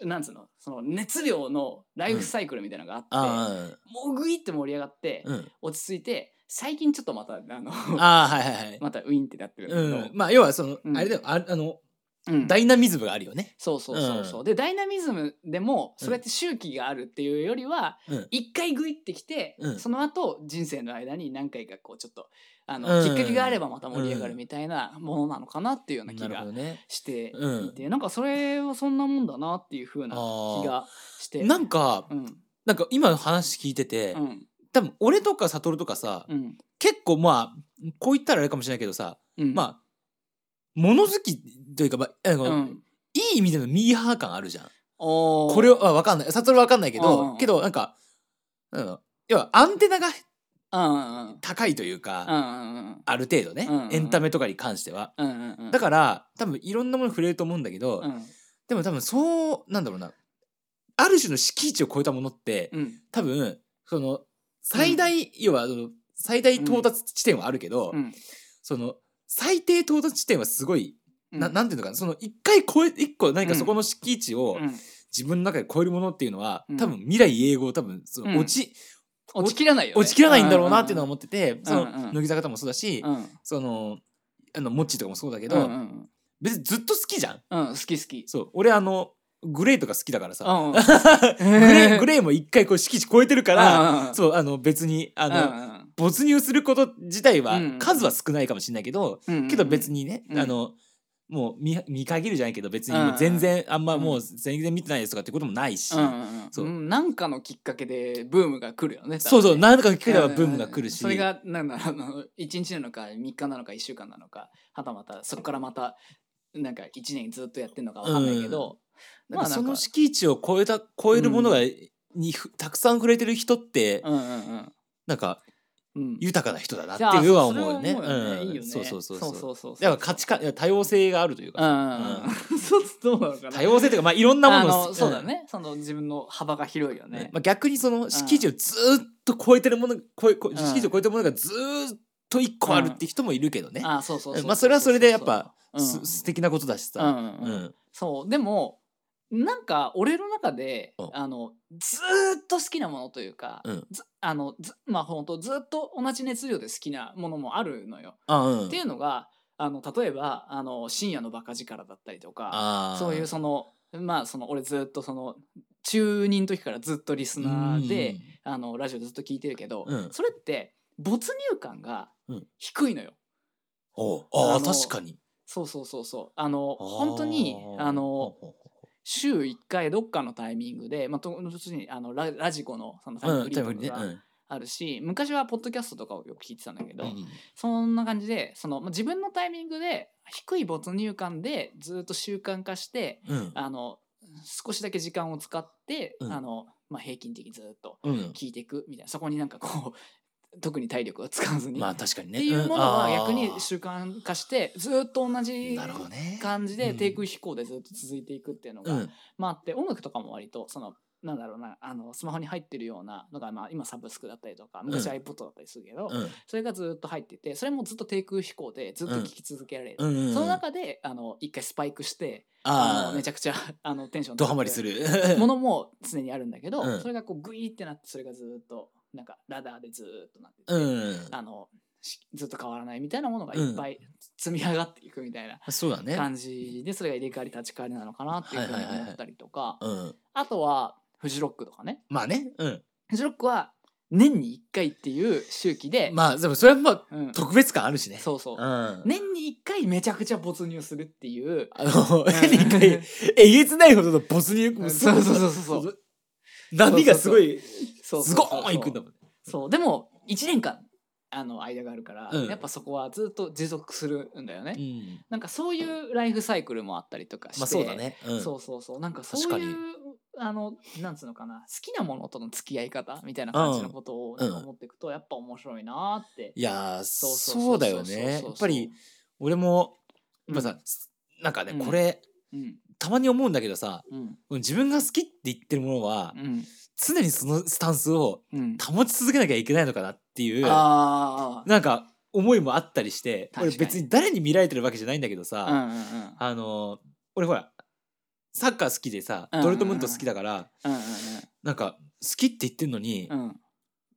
S2: うなんつうのその熱量のライフサイクルみたいなのがあって、
S1: ああ
S2: もうぐいって盛り上がって、
S1: うんうん
S2: 落ち着いて最近ちょっとまたあの
S1: あーはいはいはい
S2: またウィンってなってるんだ
S1: う
S2: け
S1: ん
S2: ど、
S1: まあ要はその
S2: うん
S1: あれだよああの
S2: うん
S1: ダイナミズムがあるよね
S2: そうそうそうそう、でダイナミズムでも
S1: うん
S2: そうやって周期があるっていうよりは
S1: うん
S2: 一、回グイってきて、
S1: うん
S2: その後人生の間に何回かこうちょっとあの、
S1: うん
S2: きっかけがあればまた盛り上がるみたいなものなのかなっていうような気
S1: なるほ
S2: が
S1: どね
S2: していて、
S1: う
S2: なんかそれはそんなもんだなっていうふうな
S1: あー
S2: 気がして。
S1: なんか
S2: うん
S1: なんか今の話聞いてて
S2: うん
S1: 多分俺とか悟とかさ
S2: うん
S1: 結構まあこう言ったらあれかもしれないけどさ
S2: うん、
S1: まあ物好きというかまああの
S2: うん、
S1: いい意味でのミーハー感あるじゃん
S2: こ
S1: これは分かんない悟は分かんないけ
S2: うんう
S1: ど
S2: ん
S1: けどなんかなんだろう要はアンテナが
S2: うんうん
S1: 高いというか、
S2: うんうん
S1: ある程度ね、
S2: うんうん
S1: エンタメとかに関しては。
S2: うんうんうん
S1: だから多分いろんなものに触れると思うんだけど、
S2: うん
S1: でも多分そうなんだろうなある種の敷地を超えたものって、
S2: うん
S1: 多分その最大、要はその最大到達地点はあるけど、
S2: うん
S1: その最低到達地点はすごい、
S2: うん
S1: ななんていうのかなその一回超え一個何かそこの敷地を
S2: うん
S1: 自分の中で超えるものっていうのは、
S2: うん
S1: 多分未来永劫多分その
S2: うん
S1: 落ち、
S2: 落ちきらないよね
S1: 落ちきらないんだろうなっていうのは思ってて、その
S2: うんうん
S1: 乃木坂とかもそうだし、
S2: うんうん
S1: そのあのモッチーとかもそうだけ
S2: け
S1: ど、
S2: うんうん
S1: 別にずっと好きじゃん
S2: うん、うん、好き好き
S1: そう俺あのグレーとか好きだからさ、
S2: うん、
S1: グレーグ
S2: レ
S1: レーも一回こう敷地超えてるから、
S2: ら
S1: そうあの別にあ
S2: う
S1: の、没入すること自体は
S2: うん
S1: 数は少ないかもしれないけど、
S2: の
S1: けど別
S2: に
S1: にね、
S2: うん
S1: あのもう見見限るじゃないけど別に
S2: うん
S1: もう全然あんまもう全然見てないですとかってこともないし、そう
S2: なんかのきっかけでブームが来るよね
S1: そうそう
S2: な
S1: 何とか聞ければブームが来るし、
S2: それがなんだろうあの一日なのか三日なのか一週間なのかはたまたそこからまたなんか一年ずっとやってるのかわかんないけど、
S1: なんか
S2: まあなんか
S1: その敷地を超えた超えるものが、にふたくさん触れてる人って、
S2: うんうんうん
S1: なんか
S2: うん
S1: 豊かな人だなっていうのは思うよね。
S2: いやそれは思うよね
S1: うん
S2: いいよね
S1: そうそうそう
S2: そうそうそうそう
S1: だから価値観いや多様性があるという
S2: う
S1: か、
S2: んうん うんそうどうなのかな
S1: 多様性というかまあいろんなもの
S2: あ
S1: 好き
S2: のそうだ、ね、その自分の幅が広いよ
S1: うん
S2: ね
S1: まあ、逆にその敷地をずーっと超えてるもの超え超え
S2: ん
S1: 敷地を超えてるものがずーっと一個あるって人もいるけどね。
S2: あそうそうそう
S1: まあそれはそれでやっぱ
S2: うん
S1: す素敵なことだし
S2: うん
S1: さ。
S2: うんうんそうでもなんか俺の中で、
S1: うん
S2: あのずーっと好きなものというか、
S1: うん
S2: ずあのずまあ本当ずっと同じ熱量で好きなものもあるのよ。
S1: あうん
S2: っていうのがあの例えばあの深夜のバカ力だったりとか
S1: あー
S2: そういうそのまあその俺ずっとその中二の時からずっとリスナーで、あのラジオずっと聞いてるけど、
S1: うん
S2: それって没入感が
S1: うん
S2: 低いのよ。
S1: うんおうあ
S2: あ
S1: ー
S2: の
S1: 確かに
S2: そうそうそうそうあの
S1: あー
S2: 本当にあの
S1: ほうほうほ
S2: 週1回どっかのタイミングで、まあ、と別にあのララジコのそのタイ
S1: う
S2: ム
S1: うん
S2: フリ
S1: タイ
S2: ー
S1: ム
S2: と
S1: リーね
S2: かがあるし、昔はポッドキャストとかをよく聞いてたんだけど、
S1: うん
S2: そんな感じでその、まあ、自分のタイミングで低い没入感でずっと習慣化して
S1: うん
S2: あの少しだけ時間を使って、
S1: うん
S2: あのまあ、平均的にずっと
S1: うん
S2: 聞いていくみたいなそこになんかこう特に体力を使わずに、
S1: まあ確かに
S2: っ
S1: ね
S2: ていうものは逆
S1: うんあ
S2: に
S1: ー
S2: 習慣化してずっと同じ
S1: なるほどね
S2: 感じで
S1: うん
S2: 低空飛行でずっと続いていくっていうのが、
S1: うん
S2: まああって音楽とかも割とそのなんだろうなあのスマホに入ってるようなのが、まあ、今サブスクだったりとか昔
S1: うん
S2: iPod だったりするけど、
S1: うん
S2: それがずっと入っててそれもずっと低空飛行でずっと聴き続けられる、
S1: うんうんうん
S2: その中であの一回スパイクしてあ
S1: あ
S2: のめち
S1: ゃ
S2: ゃくち ゃあのテンション
S1: ドハマりす
S2: る
S1: る
S2: ものも常にあるんだけど、
S1: うん
S2: それがこうグイーってなってそれがずっとなんかラダーでずっとなってて、
S1: うん
S2: あのしずっと変わらないみたいなものがいっぱい積み上がっていくみたいな
S1: そうだね
S2: 感じでそれが入れ替わり立ち替わりなのかなっていうふうに
S1: はいはいはいは
S2: 思
S1: い
S2: ったりとか
S1: うん
S2: あとはフジロックとかね
S1: まあねうん
S2: フジロックは年に1回っていう周期で、
S1: まあでもそれはまあ
S2: うん、
S1: 特別感あるしね
S2: そうそう、
S1: うん
S2: 年に1回めちゃくちゃ没入するっていう
S1: あの、
S2: うん
S1: 年に一回、えげつないほどの没入
S2: う
S1: 感。
S2: んそうそうそうそうそう。
S1: 波がすごい、
S2: そう
S1: ズ
S2: そう
S1: ゴ
S2: そうそう
S1: ーンいくんだもんね。
S2: そうでも1年間あの間があるから、
S1: うん
S2: やっぱそこはずっと持続するんだよね、
S1: うん
S2: なんかそういうライフサイクルもあったりとかして、
S1: まあそうだね。うん
S2: そうそうそうなんかそう
S1: 確
S2: い
S1: か
S2: う
S1: に
S2: あのなんつうのかな好きなものとの付き合い方みたいな感じのこと
S1: う
S2: を
S1: ん
S2: なんか思っていくと、やっぱ面白いなーって
S1: いやー、そうだよね。やっぱり、、俺も、
S2: うん
S1: まあさ、なんかね
S2: う、ん
S1: これ、
S2: うん
S1: たまに思うんだけどさ、
S2: うん
S1: 自分が好きって言ってるものは
S2: う、ん
S1: 常にそのスタンスを
S2: うん、
S1: 保ち続けなきゃいけないのかなっていう、
S2: あ
S1: なんか、思いもあったりして、
S2: 確か
S1: 俺
S2: に
S1: 別に誰に見られてるわけじゃないんだけどさ、
S2: あうんうんうん
S1: あの俺ほらサッカー好きでさ、
S2: うんうん
S1: ド
S2: うん
S1: ルトムント好きだから
S2: うん
S1: なんか好きって言ってんのに、
S2: うんうん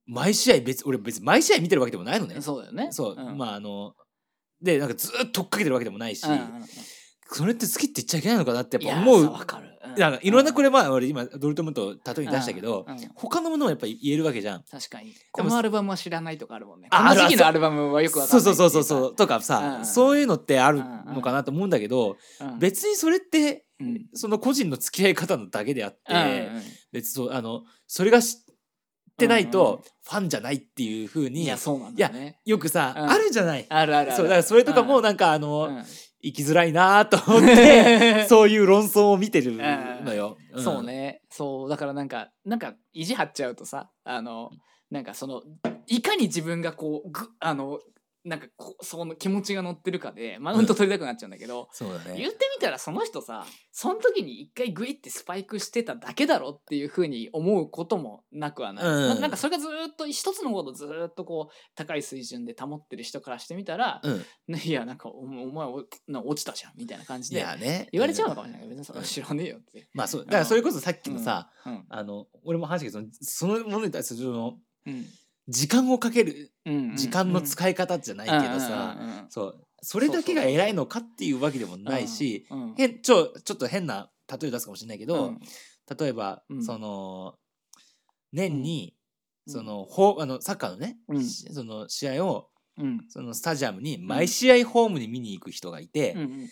S1: 毎試合別俺別に毎試合見てるわけでもないの
S2: う
S1: ね
S2: んそうだよね
S1: そう、
S2: ん、
S1: まああのでなんかずっと追っかけてるわけでもないし、
S2: うんうんうん
S1: それって好きって言っちゃいけないのかなって
S2: い
S1: やっ
S2: や
S1: ぱ思
S2: さ
S1: う
S2: わかる、う
S1: なんかいろんなこれ
S2: も
S1: まあ俺今ドルトムントを例えに出したけど、他のものもやっぱり言えるわけじゃん。
S2: 確かに
S1: で
S2: こ
S1: も
S2: のアルバムは知らないとかあるもんねこ
S1: あ
S2: の時
S1: あるあ
S2: 期
S1: る
S2: のアルバムはよくわか
S1: そ
S2: ん
S1: う
S2: ない
S1: そう
S2: って
S1: そ
S2: いう
S1: そうそうとか
S2: うん
S1: さ、
S2: うん
S1: そういうのってあるのかなと思うんだけど、
S2: う、うん、
S1: 別にそれって
S2: うん、うん
S1: その個人の付き合い方のだけであって、
S2: うん
S1: 別にそうあのそれが知ってない
S2: うんうん
S1: とファンじゃないっていう風
S2: い
S1: に
S2: やそうなんだよね
S1: よくさ、
S2: うん
S1: あるじゃない。
S2: あるあるある
S1: そうだからそれとかも
S2: うん
S1: なんかあの、
S2: うん
S1: 生きづらいなと思って、 そういう論争を見てるのよ。ん
S2: そう。ねそうだからなんかなんか意地張っちゃうとさあのなんかそのいかに自分がこうぐあのなんかこうその気持ちが乗ってるかでマウント取りたくなっちゃうんだけど、
S1: そうだ
S2: 言っ
S1: ね。
S2: てみたらその人さその時に一回グイってスパイクしてただけだろっていうふうに思うこともなくはない、
S1: うん
S2: ななんかそれがずーっと一つのことをずーっとこう高い水準で保ってる人からしてみたら、
S1: うん。
S2: ねいやなんかおお前おな落ちたじゃんみたいな感じ
S1: い
S2: で
S1: やね。
S2: 言われちゃう
S1: うん
S2: のかもしれないけど別にそれは知らねえよって。
S1: まあそう。だからそれこそさっきのさ、
S2: うん
S1: あの俺も話したけどそのそのものに対するその
S2: うん
S1: 時間をかける
S2: うん
S1: 時間の使い方じゃないけど
S2: う
S1: さ、
S2: んうんうん
S1: そうそれだけが偉いのかっていうわけでもないし、
S2: うんうん
S1: 変ちょちょっと変な例え出すかもしれないけど、
S2: うん
S1: 例えば、
S2: うん
S1: その年に、
S2: うん
S1: そのほあのサッカーのね、
S2: うん
S1: しその試合を
S2: うん
S1: そのスタジアムに毎試合ホームに見に行く人がいて、
S2: うんうんうん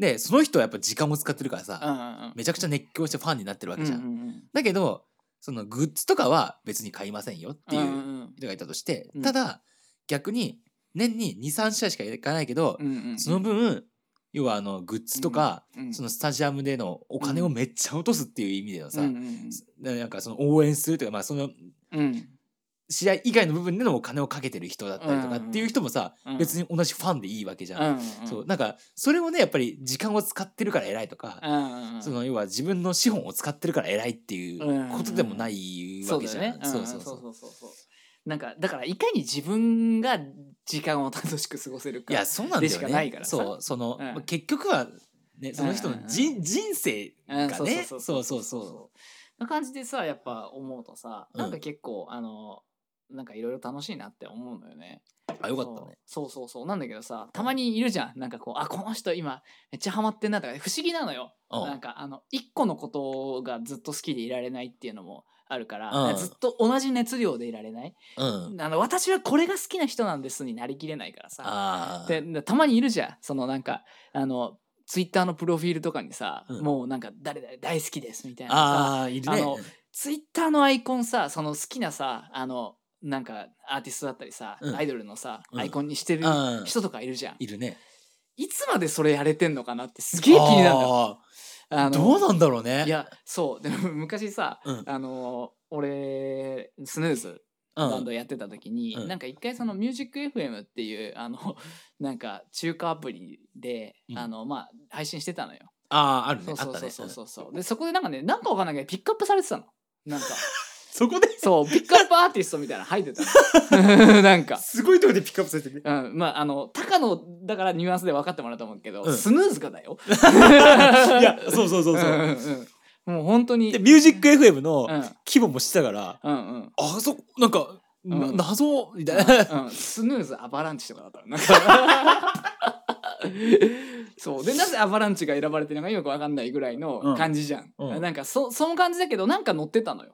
S1: でその人はやっぱ時間も使ってるからさ、
S2: うん
S1: めちゃくちゃ熱狂してファンになってるわ
S2: う
S1: け
S2: ん
S1: じゃん。だけどそのグッズとかは別に買いませんよってい
S2: うんう
S1: うん人がいたとして、
S2: うん
S1: ただ逆に年に23試合しか行かないけど、
S2: うんうん
S1: その分要はあのグッズとか、
S2: うん
S1: そのスタジアムでのお金をめっちゃ落とすっていう意味でのさ、
S2: うんうん
S1: なんかその応援するというか、まあ、その
S2: うん
S1: 試合以外の部分でのお金をかけてる人だったりとか
S2: うんうん
S1: っていう人もさ、
S2: うん
S1: 別に同じファンでいいわけじゃん。
S2: うんうん
S1: そうなんかそれをねやっぱり時間を使ってるから偉いとか、
S2: うんうんうん
S1: その要は自分の資本を使ってるから偉いってい
S2: うん
S1: うことでもない
S2: そ
S1: わ
S2: う
S1: け
S2: だ
S1: じ
S2: よ
S1: ゃん。
S2: ねうんうんそ
S1: そ
S2: うそう
S1: そ
S2: うそう
S1: そう
S2: うそうなんかだからいかに自分が時間を楽しく過ごせるか
S1: いやそうなんだよね。
S2: でしかないからさ
S1: そうその、
S2: うん
S1: 結局はね、その人の人,、人生
S2: うん、
S1: が
S2: そう
S1: ね
S2: そう
S1: そ
S2: そう
S1: そ
S2: うそうう
S1: そ
S2: そうな感じでさやっぱ思うとさ
S1: うん
S2: なんか結構、あのなんかいろいろ楽しいなって思うのよね。
S1: うあよかったね
S2: そうそうそうそうなんだけどさたまにいるじゃんなんかこうあこの人今めっちゃハマってんなとか不思議なのよ。
S1: うん
S2: なんかあの一個のことがずっと好きでいられないっていうのもあるから、
S1: うん
S2: ずっと同じ熱量でいられない、
S1: うん
S2: あの私はこれが好きな人なんですになりきれないからさ。
S1: あ
S2: でたまにいるじゃんそのなんかあのツイッターのプロフィールとかにさ、
S1: うん
S2: もうなんか誰々大好きですみたいなさ
S1: ああいるね
S2: あのツイッターのアイコンさその好きなさあのなんかアーティストだったりさ、
S1: うん
S2: アイドルのさ、
S1: うん
S2: アイコンにしてる
S1: うん
S2: 人とかいるじゃん、
S1: いるね
S2: いつまでそれやれてんのかなってすげえ気になるんだよ
S1: あ
S2: あ
S1: ー
S2: の
S1: どうなんだろうね
S2: いやそうでも昔さ
S1: うん
S2: あの俺スヌーズ
S1: うん
S2: バンドやってた時に、
S1: うん
S2: なんか一回そのミュージック FM っていうあの なんか中華アプリで、
S1: うん
S2: あのまあ配信してたのよ。
S1: ああある
S2: そ
S1: ね
S2: う
S1: あ
S2: そ
S1: っ
S2: う
S1: た
S2: そ
S1: ね
S2: うそうそうそう。でそこでなんかねなんかわかんないけどピックアップされてたの。なんか
S1: そこで
S2: そうピックアップアーティストみたいなの入って たの。 なんか。
S1: すごいとこでピックアップされてる
S2: うん、まああの高野だからニュアンスで分かってもらうと思うけど、
S1: うん
S2: スヌーズがだよ
S1: いやそうそうそうそう
S2: んうんうんもう本当に
S1: でミュージック FM の
S2: うん
S1: 規模もしてたから
S2: うんうん
S1: あそなんかな
S2: うん
S1: 謎みたいな
S2: うん、スヌーズアバランチとかだったのな んかそうでなぜアバランチが選ばれてるのかよくわかんないぐらいの感じじゃん、
S1: うんうん
S2: なんかそその感じだけどなんか乗ってたのよ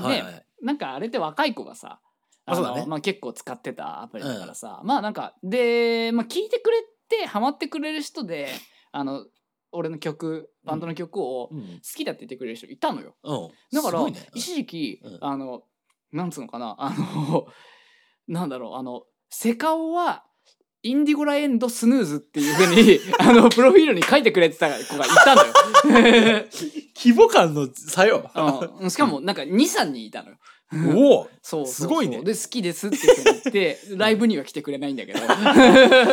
S1: はいはい
S2: なんかあれって若い子がさ
S1: あそうだ
S2: の
S1: ね
S2: まあ、結構使ってたアプリだからさ、まあなんかで、まあ、聞いてくれてハマってくれる人であの俺の曲バンドの曲を好
S1: うん
S2: きだって言ってくれる人いたのよ、
S1: うん
S2: だから、
S1: すごいね
S2: 一時期、
S1: うん
S2: あのなんつうのかなあの なんだろうあのセカオはインディゴラエンドスヌーズっていう ふうにあのプロフィールに書いてくれてた子がいたの
S1: 規模感の差よ
S2: よ、うん、しかもなんか23人いたのよ
S1: おお
S2: そうそうそう
S1: すごいね
S2: で好きですって 言ってライブには来てくれないんだけど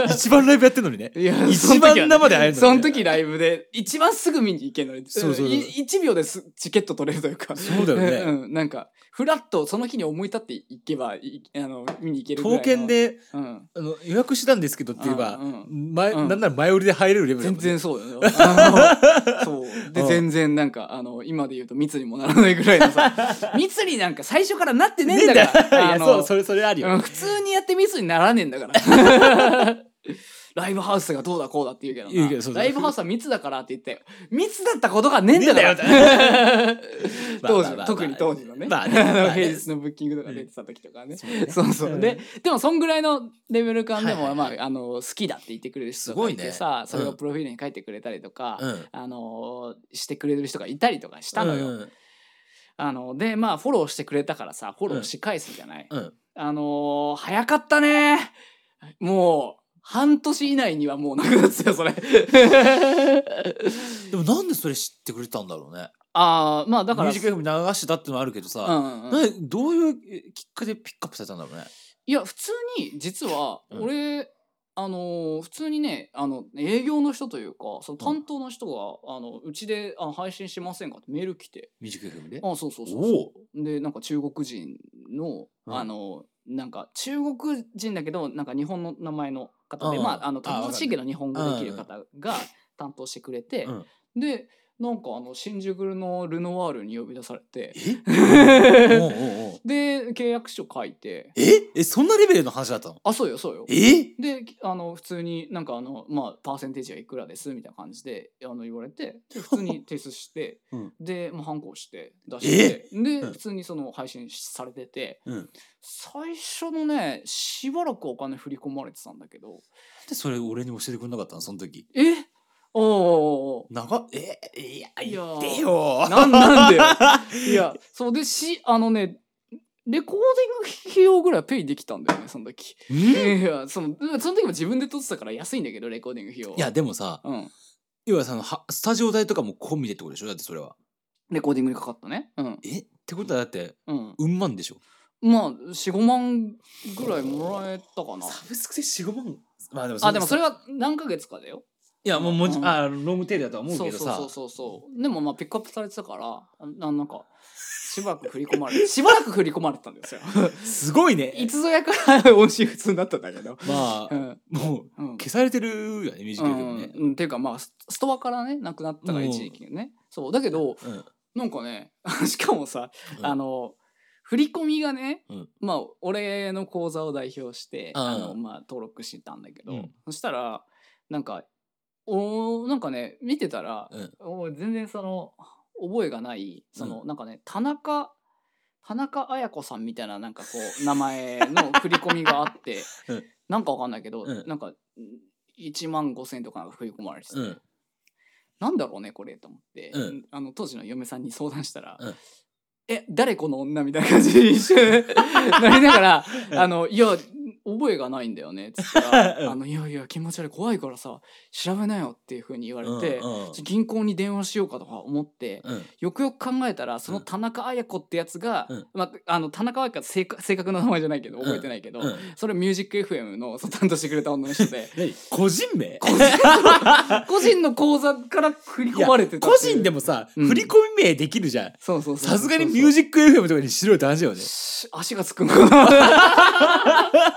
S1: 一番ライブやってんのにね
S2: いや
S1: 一番生で会えるのね
S2: その時ライブで一番すぐ見に行けるのに
S1: そうそうそう
S2: い1秒ですチケット取れるというか
S1: そうだよね
S2: うん、なんかフラッとその日に思い立って行けばいあの見に行けるぐらい
S1: 刀剣、
S2: の
S1: で
S2: うん、
S1: あの予約したんですけどって言えば、
S2: うんう
S1: 前
S2: うん
S1: なんなら前売りで入れるレベルだ
S2: 全
S1: もんね
S2: 然そうだ よねあのそうで、
S1: うん
S2: 全然なんかあの今で言うと密にもならないぐらい のさ密になんか最初からなってねえんだから
S1: いや
S2: あの
S1: そうそれそれあるよ、
S2: うん普通にやってミスにならねえんだから ライブハウスがどうだこうだって言うけどな
S1: 言うけどそうそう
S2: ライブハウスは密だからって言って密だったことがねえんだから
S1: ねえん ま
S2: 当
S1: あまあまあ
S2: 時
S1: まあ
S2: の特に当時のね,、
S1: まあねまあね
S2: 平日のブッキングとか出てた時とかね、
S1: そうね
S2: そうそう、
S1: うん
S2: ででもそんぐらいのレベル感でも、
S1: はいはいはい
S2: まあ、あの好きだって言ってくれる人がいて
S1: すごい
S2: さ
S1: ね
S2: それ
S1: う
S2: を
S1: ん
S2: プロフィールに書いてくれたりとか、
S1: うん
S2: あのしてくれる人がいたりとかしたのよ、
S1: うん
S2: あのでまあフォローしてくれたからさフォローし返すじゃない、
S1: うん
S2: あのー早かったねもう、半年以内にはもうなくなってたよ、それ。
S1: でもなんでそれ知ってくれたんだろうね
S2: ああ、まあだ
S1: だか
S2: から
S1: ミュ
S2: ら、
S1: ージック FM 流してたってのはあるけど
S2: う
S1: さ、
S2: んうんうん
S1: なんでどういうきっかけでピックアップされたんだろうね
S2: いや、普通に、実は、
S1: うん
S2: 俺、あのー普通にね、あの、営業の人というか、その担当の人が、あの、うちであの配信しませんかってメール来て、
S1: ミュージック FM で
S2: あそうそうそう
S1: おお
S2: そう。で、なんか中国人の、
S1: うん
S2: あの、なんか中国人だけど、なんか日本の名前の方で、
S1: うん
S2: まあ、あの、
S1: あわかる
S2: 楽しいけど日本語できる方が担当してくれて、
S1: うん
S2: でなんかあの新宿のルノワールに呼び出さ れて
S1: えおうおうおう
S2: で契約書書いて
S1: ええそんなレベルの話だったの
S2: あそうよそうよ
S1: え
S2: であの普通になんかあのまあパーセンテージはいくらですみたいな感じであの言われてで普通に提出して、
S1: うん
S2: で、まあ、反抗して出してで
S1: うん
S2: 普通にその配信されてて、
S1: うん
S2: 最初のねしばらくお金振り込まれてたんだけど
S1: でそれ俺に教えてくれなかったのその時
S2: えおうおうおう
S1: 長っえいや
S2: いや
S1: 言
S2: ー
S1: ってよ
S2: なんなん でよ いや、そうでし、あのね、レコーディング費用ぐらいペイできたんだよね、その時。い
S1: ん
S2: や、その、その時も自分で撮ってたから安いんだけど、レコーディング費用は。
S1: いや、でもさ
S2: うん。
S1: 要はそのはスタジオ代とかも込みでってことでしょだってそれは
S2: レコーディングにかかったね。うん。
S1: えってことはだって
S2: うん。
S1: うんまんでしょ
S2: まあ、4、5万ぐらいもらえたかな。
S1: ブスクで45万まあでも
S2: あ、でもそれは何ヶ月かだよ。
S1: いやもうもち、
S2: うん
S1: あロングテールだとは思う
S2: そ
S1: け
S2: う
S1: ど
S2: そう
S1: さ
S2: そうそうそう。でもまあ、ピックアップされてたから、あなんか、しばらく振り込まれて しばらく振り込まれてたん ですよ
S1: すごい
S2: い
S1: ね
S2: つぞやから音信不通になったんだけど
S1: ま
S2: う
S1: あ
S2: ん
S1: もう
S2: うん
S1: 消されてるよねミュージックビデオね
S2: うんうん、っていうかまあスストアからねなくなったから一時期ねそうだけど
S1: うん
S2: なんかね しかもさ、
S1: うん
S2: あの振り込みがね、
S1: うん
S2: まあ俺の口座を代表して、
S1: うん
S2: あのまあ、登録してたんだけど、
S1: うん
S2: そしたらなんかおーなんかね見てたら、
S1: うん
S2: おー全然その覚えがないその、なんかね田中田中綾子さんみたいななんかこう名前の振り込みがあって、
S1: うん
S2: なんかわかんないけど、
S1: うん
S2: なんか1万5千とかなんか振り込まれてて、
S1: うん
S2: なんだろうねこれと思って、
S1: うん
S2: あの当時の嫁さんに相談したら「
S1: うん
S2: え誰この女」みたいな感じに 一緒になりながら「
S1: うん
S2: あのいや覚えがないんだよね」っつった
S1: う
S2: ら「
S1: ん
S2: あのいやいや気持ち悪い怖いからさ調べなよ」っていうふうに言われて、
S1: うんうん
S2: ちょ銀行に電話しようかとか思って。
S1: うん
S2: よくよく考えたらその田中綾子ってやつが、
S1: うん
S2: まあ、あの田中綾子は正確正確な名前じゃないけど覚えてないけど、
S1: うん
S2: それミュージック FM のそう担当してくれた女の 人で
S1: 何個人名
S2: 個人個人の口座から振り込まれてた
S1: 個人で
S2: も
S1: もさ、
S2: うん
S1: 振り込み名できるじゃん
S2: そうそうそう
S1: さすがにミュージック FM とかにしろよって話だよね
S2: シ足がつくの かな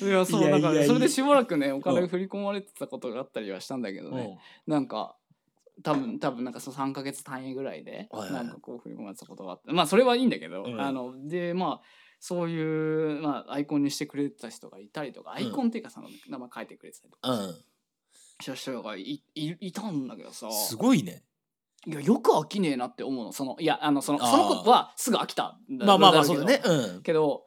S2: いやそう
S1: いや
S2: だ
S1: いや
S2: か
S1: い
S2: ら
S1: や
S2: それでしばらくねお金振り込まれてたことがあったりはしたんだけどね、なんか多分多分なんかその3か月単位ぐらいで
S1: はいはい
S2: なんかこう振り込まれてたことがあってまあそれはいいんだけど、
S1: うん
S2: あのでまあそういう、まあ、アイコンにしてくれてた人がいたりとかアイコンっていうかその名前書いてくれてたりと
S1: う
S2: か
S1: ん、
S2: した人がいいいたんだけどさ
S1: すごいね
S2: いやよく飽きねえなって思うのそのいやあのその
S1: あー
S2: その子はすぐ飽きたんだ
S1: まあまあまあ
S2: ろ
S1: そう
S2: けど
S1: だねうん
S2: けど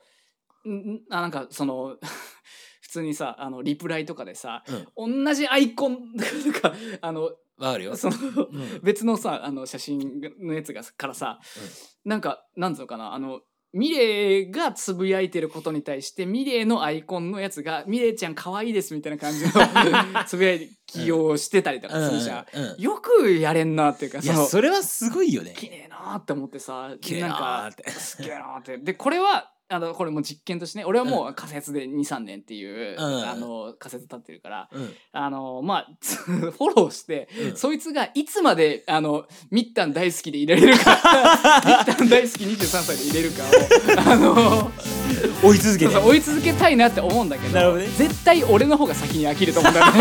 S2: んんあなんかその 普通にさあのリプライとかでさ
S1: うん
S2: 同じアイコン とかあの
S1: わかるよ
S2: その
S1: うん
S2: 別のさあの写真のやつがからさ、なんかなんつうのかなあのミレイがつぶやいてることに対してミレイのアイコンのやつが「ミレイちゃん可愛いです」みたいな 感じのつぶやきをしてたりとかするじゃん。
S1: うんうん
S2: よくやれんなっていうか
S1: いや
S2: の
S1: それはすごいよね
S2: 綺麗なーって思ってさ
S1: 綺麗
S2: なん
S1: なー
S2: か
S1: って
S2: すげえなーってでこれはあのこれもう実験としてね俺はもう仮説で23年っていう、
S1: うん
S2: あの仮説立ってるから
S1: うん
S2: あのまあ つフォローして、
S1: うん
S2: そいつがいつまであのミッタン大好きでいられるか ミッタン大好き23歳でいれるかをあの
S1: 追い続けて
S2: そう追い続けたいなって思うんだけど
S1: なるほどね
S2: 絶対俺の方が先に飽きると思うんだよ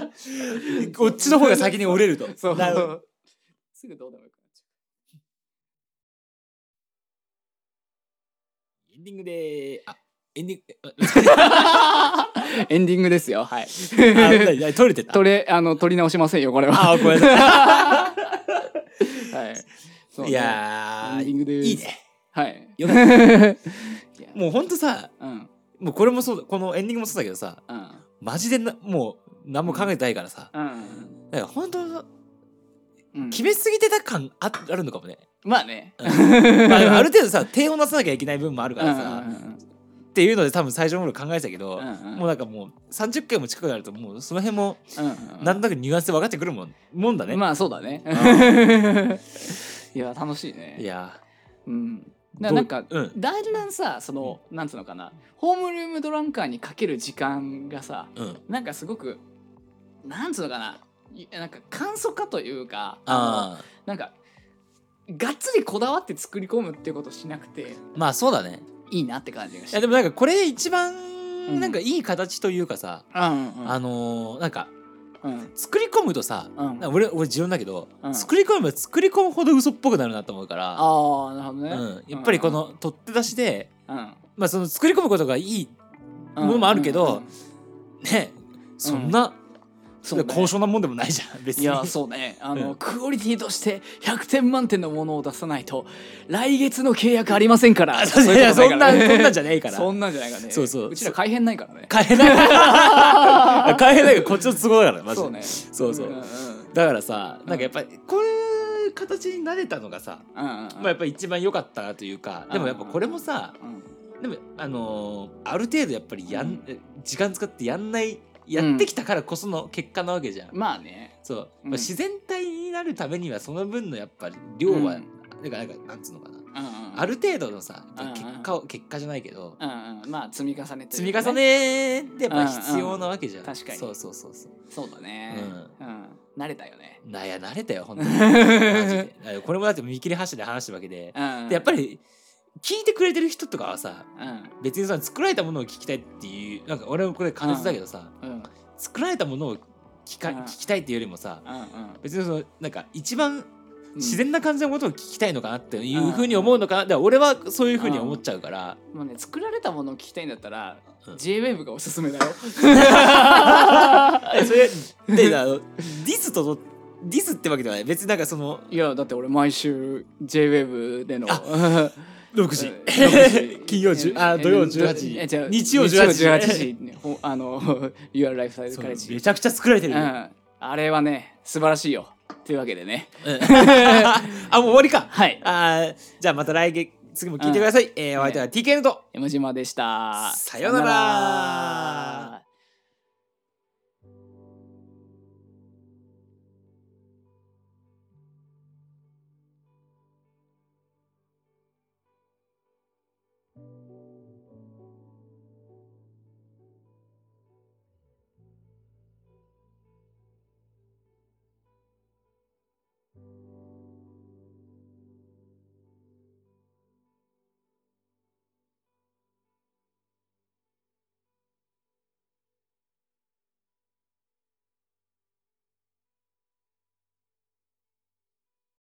S2: ね。
S1: こっちの方が先に折れると
S2: そう
S1: なるほど
S2: すぐどうでもよくなっちゃ
S1: エンディングであエンディング
S2: う。エンディングですよ。はい。
S1: あ何何取れてた
S2: 取れあの取り直しませんよこれは。
S1: あごめんなさ
S2: はい。そう
S1: い
S2: ね
S1: いや
S2: エンディングで
S1: ー
S2: す
S1: いいね
S2: はい。
S1: よ
S2: かった。
S1: もうほんとさ
S2: うん
S1: もうこれもそうだこのエンディングもそうだけどさ
S2: うん
S1: マジでなもう何も考えてないからさ
S2: うん
S1: だから本当
S2: うん。
S1: 決めすぎてた感ああるのかもね、
S2: まあね。
S1: うんまあでもある程度さ手を出さなきゃいけない分もあるからさ、
S2: うんうん
S1: っていうので多分最初の頃考えてたけど、
S2: うんうん
S1: もうなんかもう30回も近くなるともうその辺も
S2: うんうん
S1: なんとなくニュアンスで分かってくるもんもんだね、
S2: まあそうだね。 いや楽しいね。
S1: いや
S2: うん。
S1: ー
S2: だからなんか
S1: どううん
S2: だんだんさそのなんつうのかなホームルームドランカーにかける時間がさ
S1: うん
S2: なんかすごくなんつうのかないなんか簡素化というか
S1: ああ
S2: なんかがっつりこだわって作り込むっていうことしなくて
S1: まあそうだね
S2: いいなって感じがし
S1: い
S2: て
S1: やでもなんかこれ一
S2: うん
S1: 番なんかいい形というかさ、
S2: うんうん
S1: あのーなんか
S2: うん
S1: 作り込むとさ、
S2: うん
S1: なんか俺俺持論だけど、
S2: うん
S1: 作り込めば作り込むほど嘘っぽくなるなと思うから
S2: ああなるほどね、
S1: うん、やっぱりこの取って出しで、
S2: うん
S1: まあ、その作り込むことがいいものもあるけど
S2: うんうんうん
S1: ねそんな、
S2: そうね
S1: 高尚なもんでもないじゃん別
S2: い
S1: に
S2: やそうねあ
S1: う
S2: の、
S1: ん
S2: クオリティとして100点満点のものを出さないと来月の契約ありませんから
S1: あそういや
S2: う
S1: そ
S2: いうんこと
S1: なそ
S2: い
S1: んなん
S2: か
S1: じゃねえからら
S2: そんなんじゃないからね
S1: そうそう
S2: うちら改変ないからね
S1: 変えない変えないけどこっちの都合だからマジで
S2: そう ね
S1: そうそう
S2: うんうん
S1: だからさなんかやっぱりこれ形に慣れたのがさ、
S2: うんうん
S1: まあ、やっぱり一番良かったなというかでもやっぱこれもさ
S2: うん
S1: でもあのーある程度やっぱりやん、
S2: うん
S1: 時間使ってやんないやってきたからこその結果なわけじゃん、
S2: まあね
S1: そう、
S2: うん
S1: まあ自然体になるためにはその分のやっぱり量は、
S2: うん
S1: なんかなんかなんつうのかな
S2: うん
S1: ある程度のさ
S2: うんうん
S1: 結果を結果じゃないけど
S2: うんうんまあ積み重ねという
S1: 積み
S2: かね
S1: 重ねってやっぱ必要なわけじゃん
S2: うんうん確かに
S1: そうそうそうそう
S2: そうだねうん、慣れたよね
S1: なや慣れたよ本当にマジ でだからこれもだって見切り発車で話したわけで
S2: うん
S1: でやっぱり聞いてくれてる人とかはさ
S2: うん
S1: 別にさ作られたものを聞きたいっていうなんか俺もこれ感じだけどさ、
S2: うんうん
S1: 作られたものを聞か
S2: うん
S1: 聞きたいっていうよりもさ
S2: うん
S1: 別にそのなんか一番
S2: うん
S1: 自然な感じのことを聞きたいのかなってい
S2: うん
S1: うふうに思うのかなだから俺はそういうふうに思っちゃうから、
S2: もうね作られたものを聞きたいんだったら、
S1: うん
S2: JWAVE がおすすめだよ
S1: えそれであ のディスとディスってわけではない別になんかその
S2: いやだって俺毎週 JWAVE での
S1: 6時
S2: えー
S1: 金曜10あ土曜18
S2: ええじゃあ
S1: 時日曜18
S2: 18
S1: 時
S2: 時にほあの Your Life Size
S1: そう
S2: College
S1: めちゃくちゃ作られてる
S2: う
S1: よ、
S2: ん、あれはね素晴らしいよというわけでね
S1: うんあもう終わりか
S2: はい
S1: あーじゃあまた来月次も聞いてください、えーお相手は TKN と
S2: 山島でした
S1: さようなら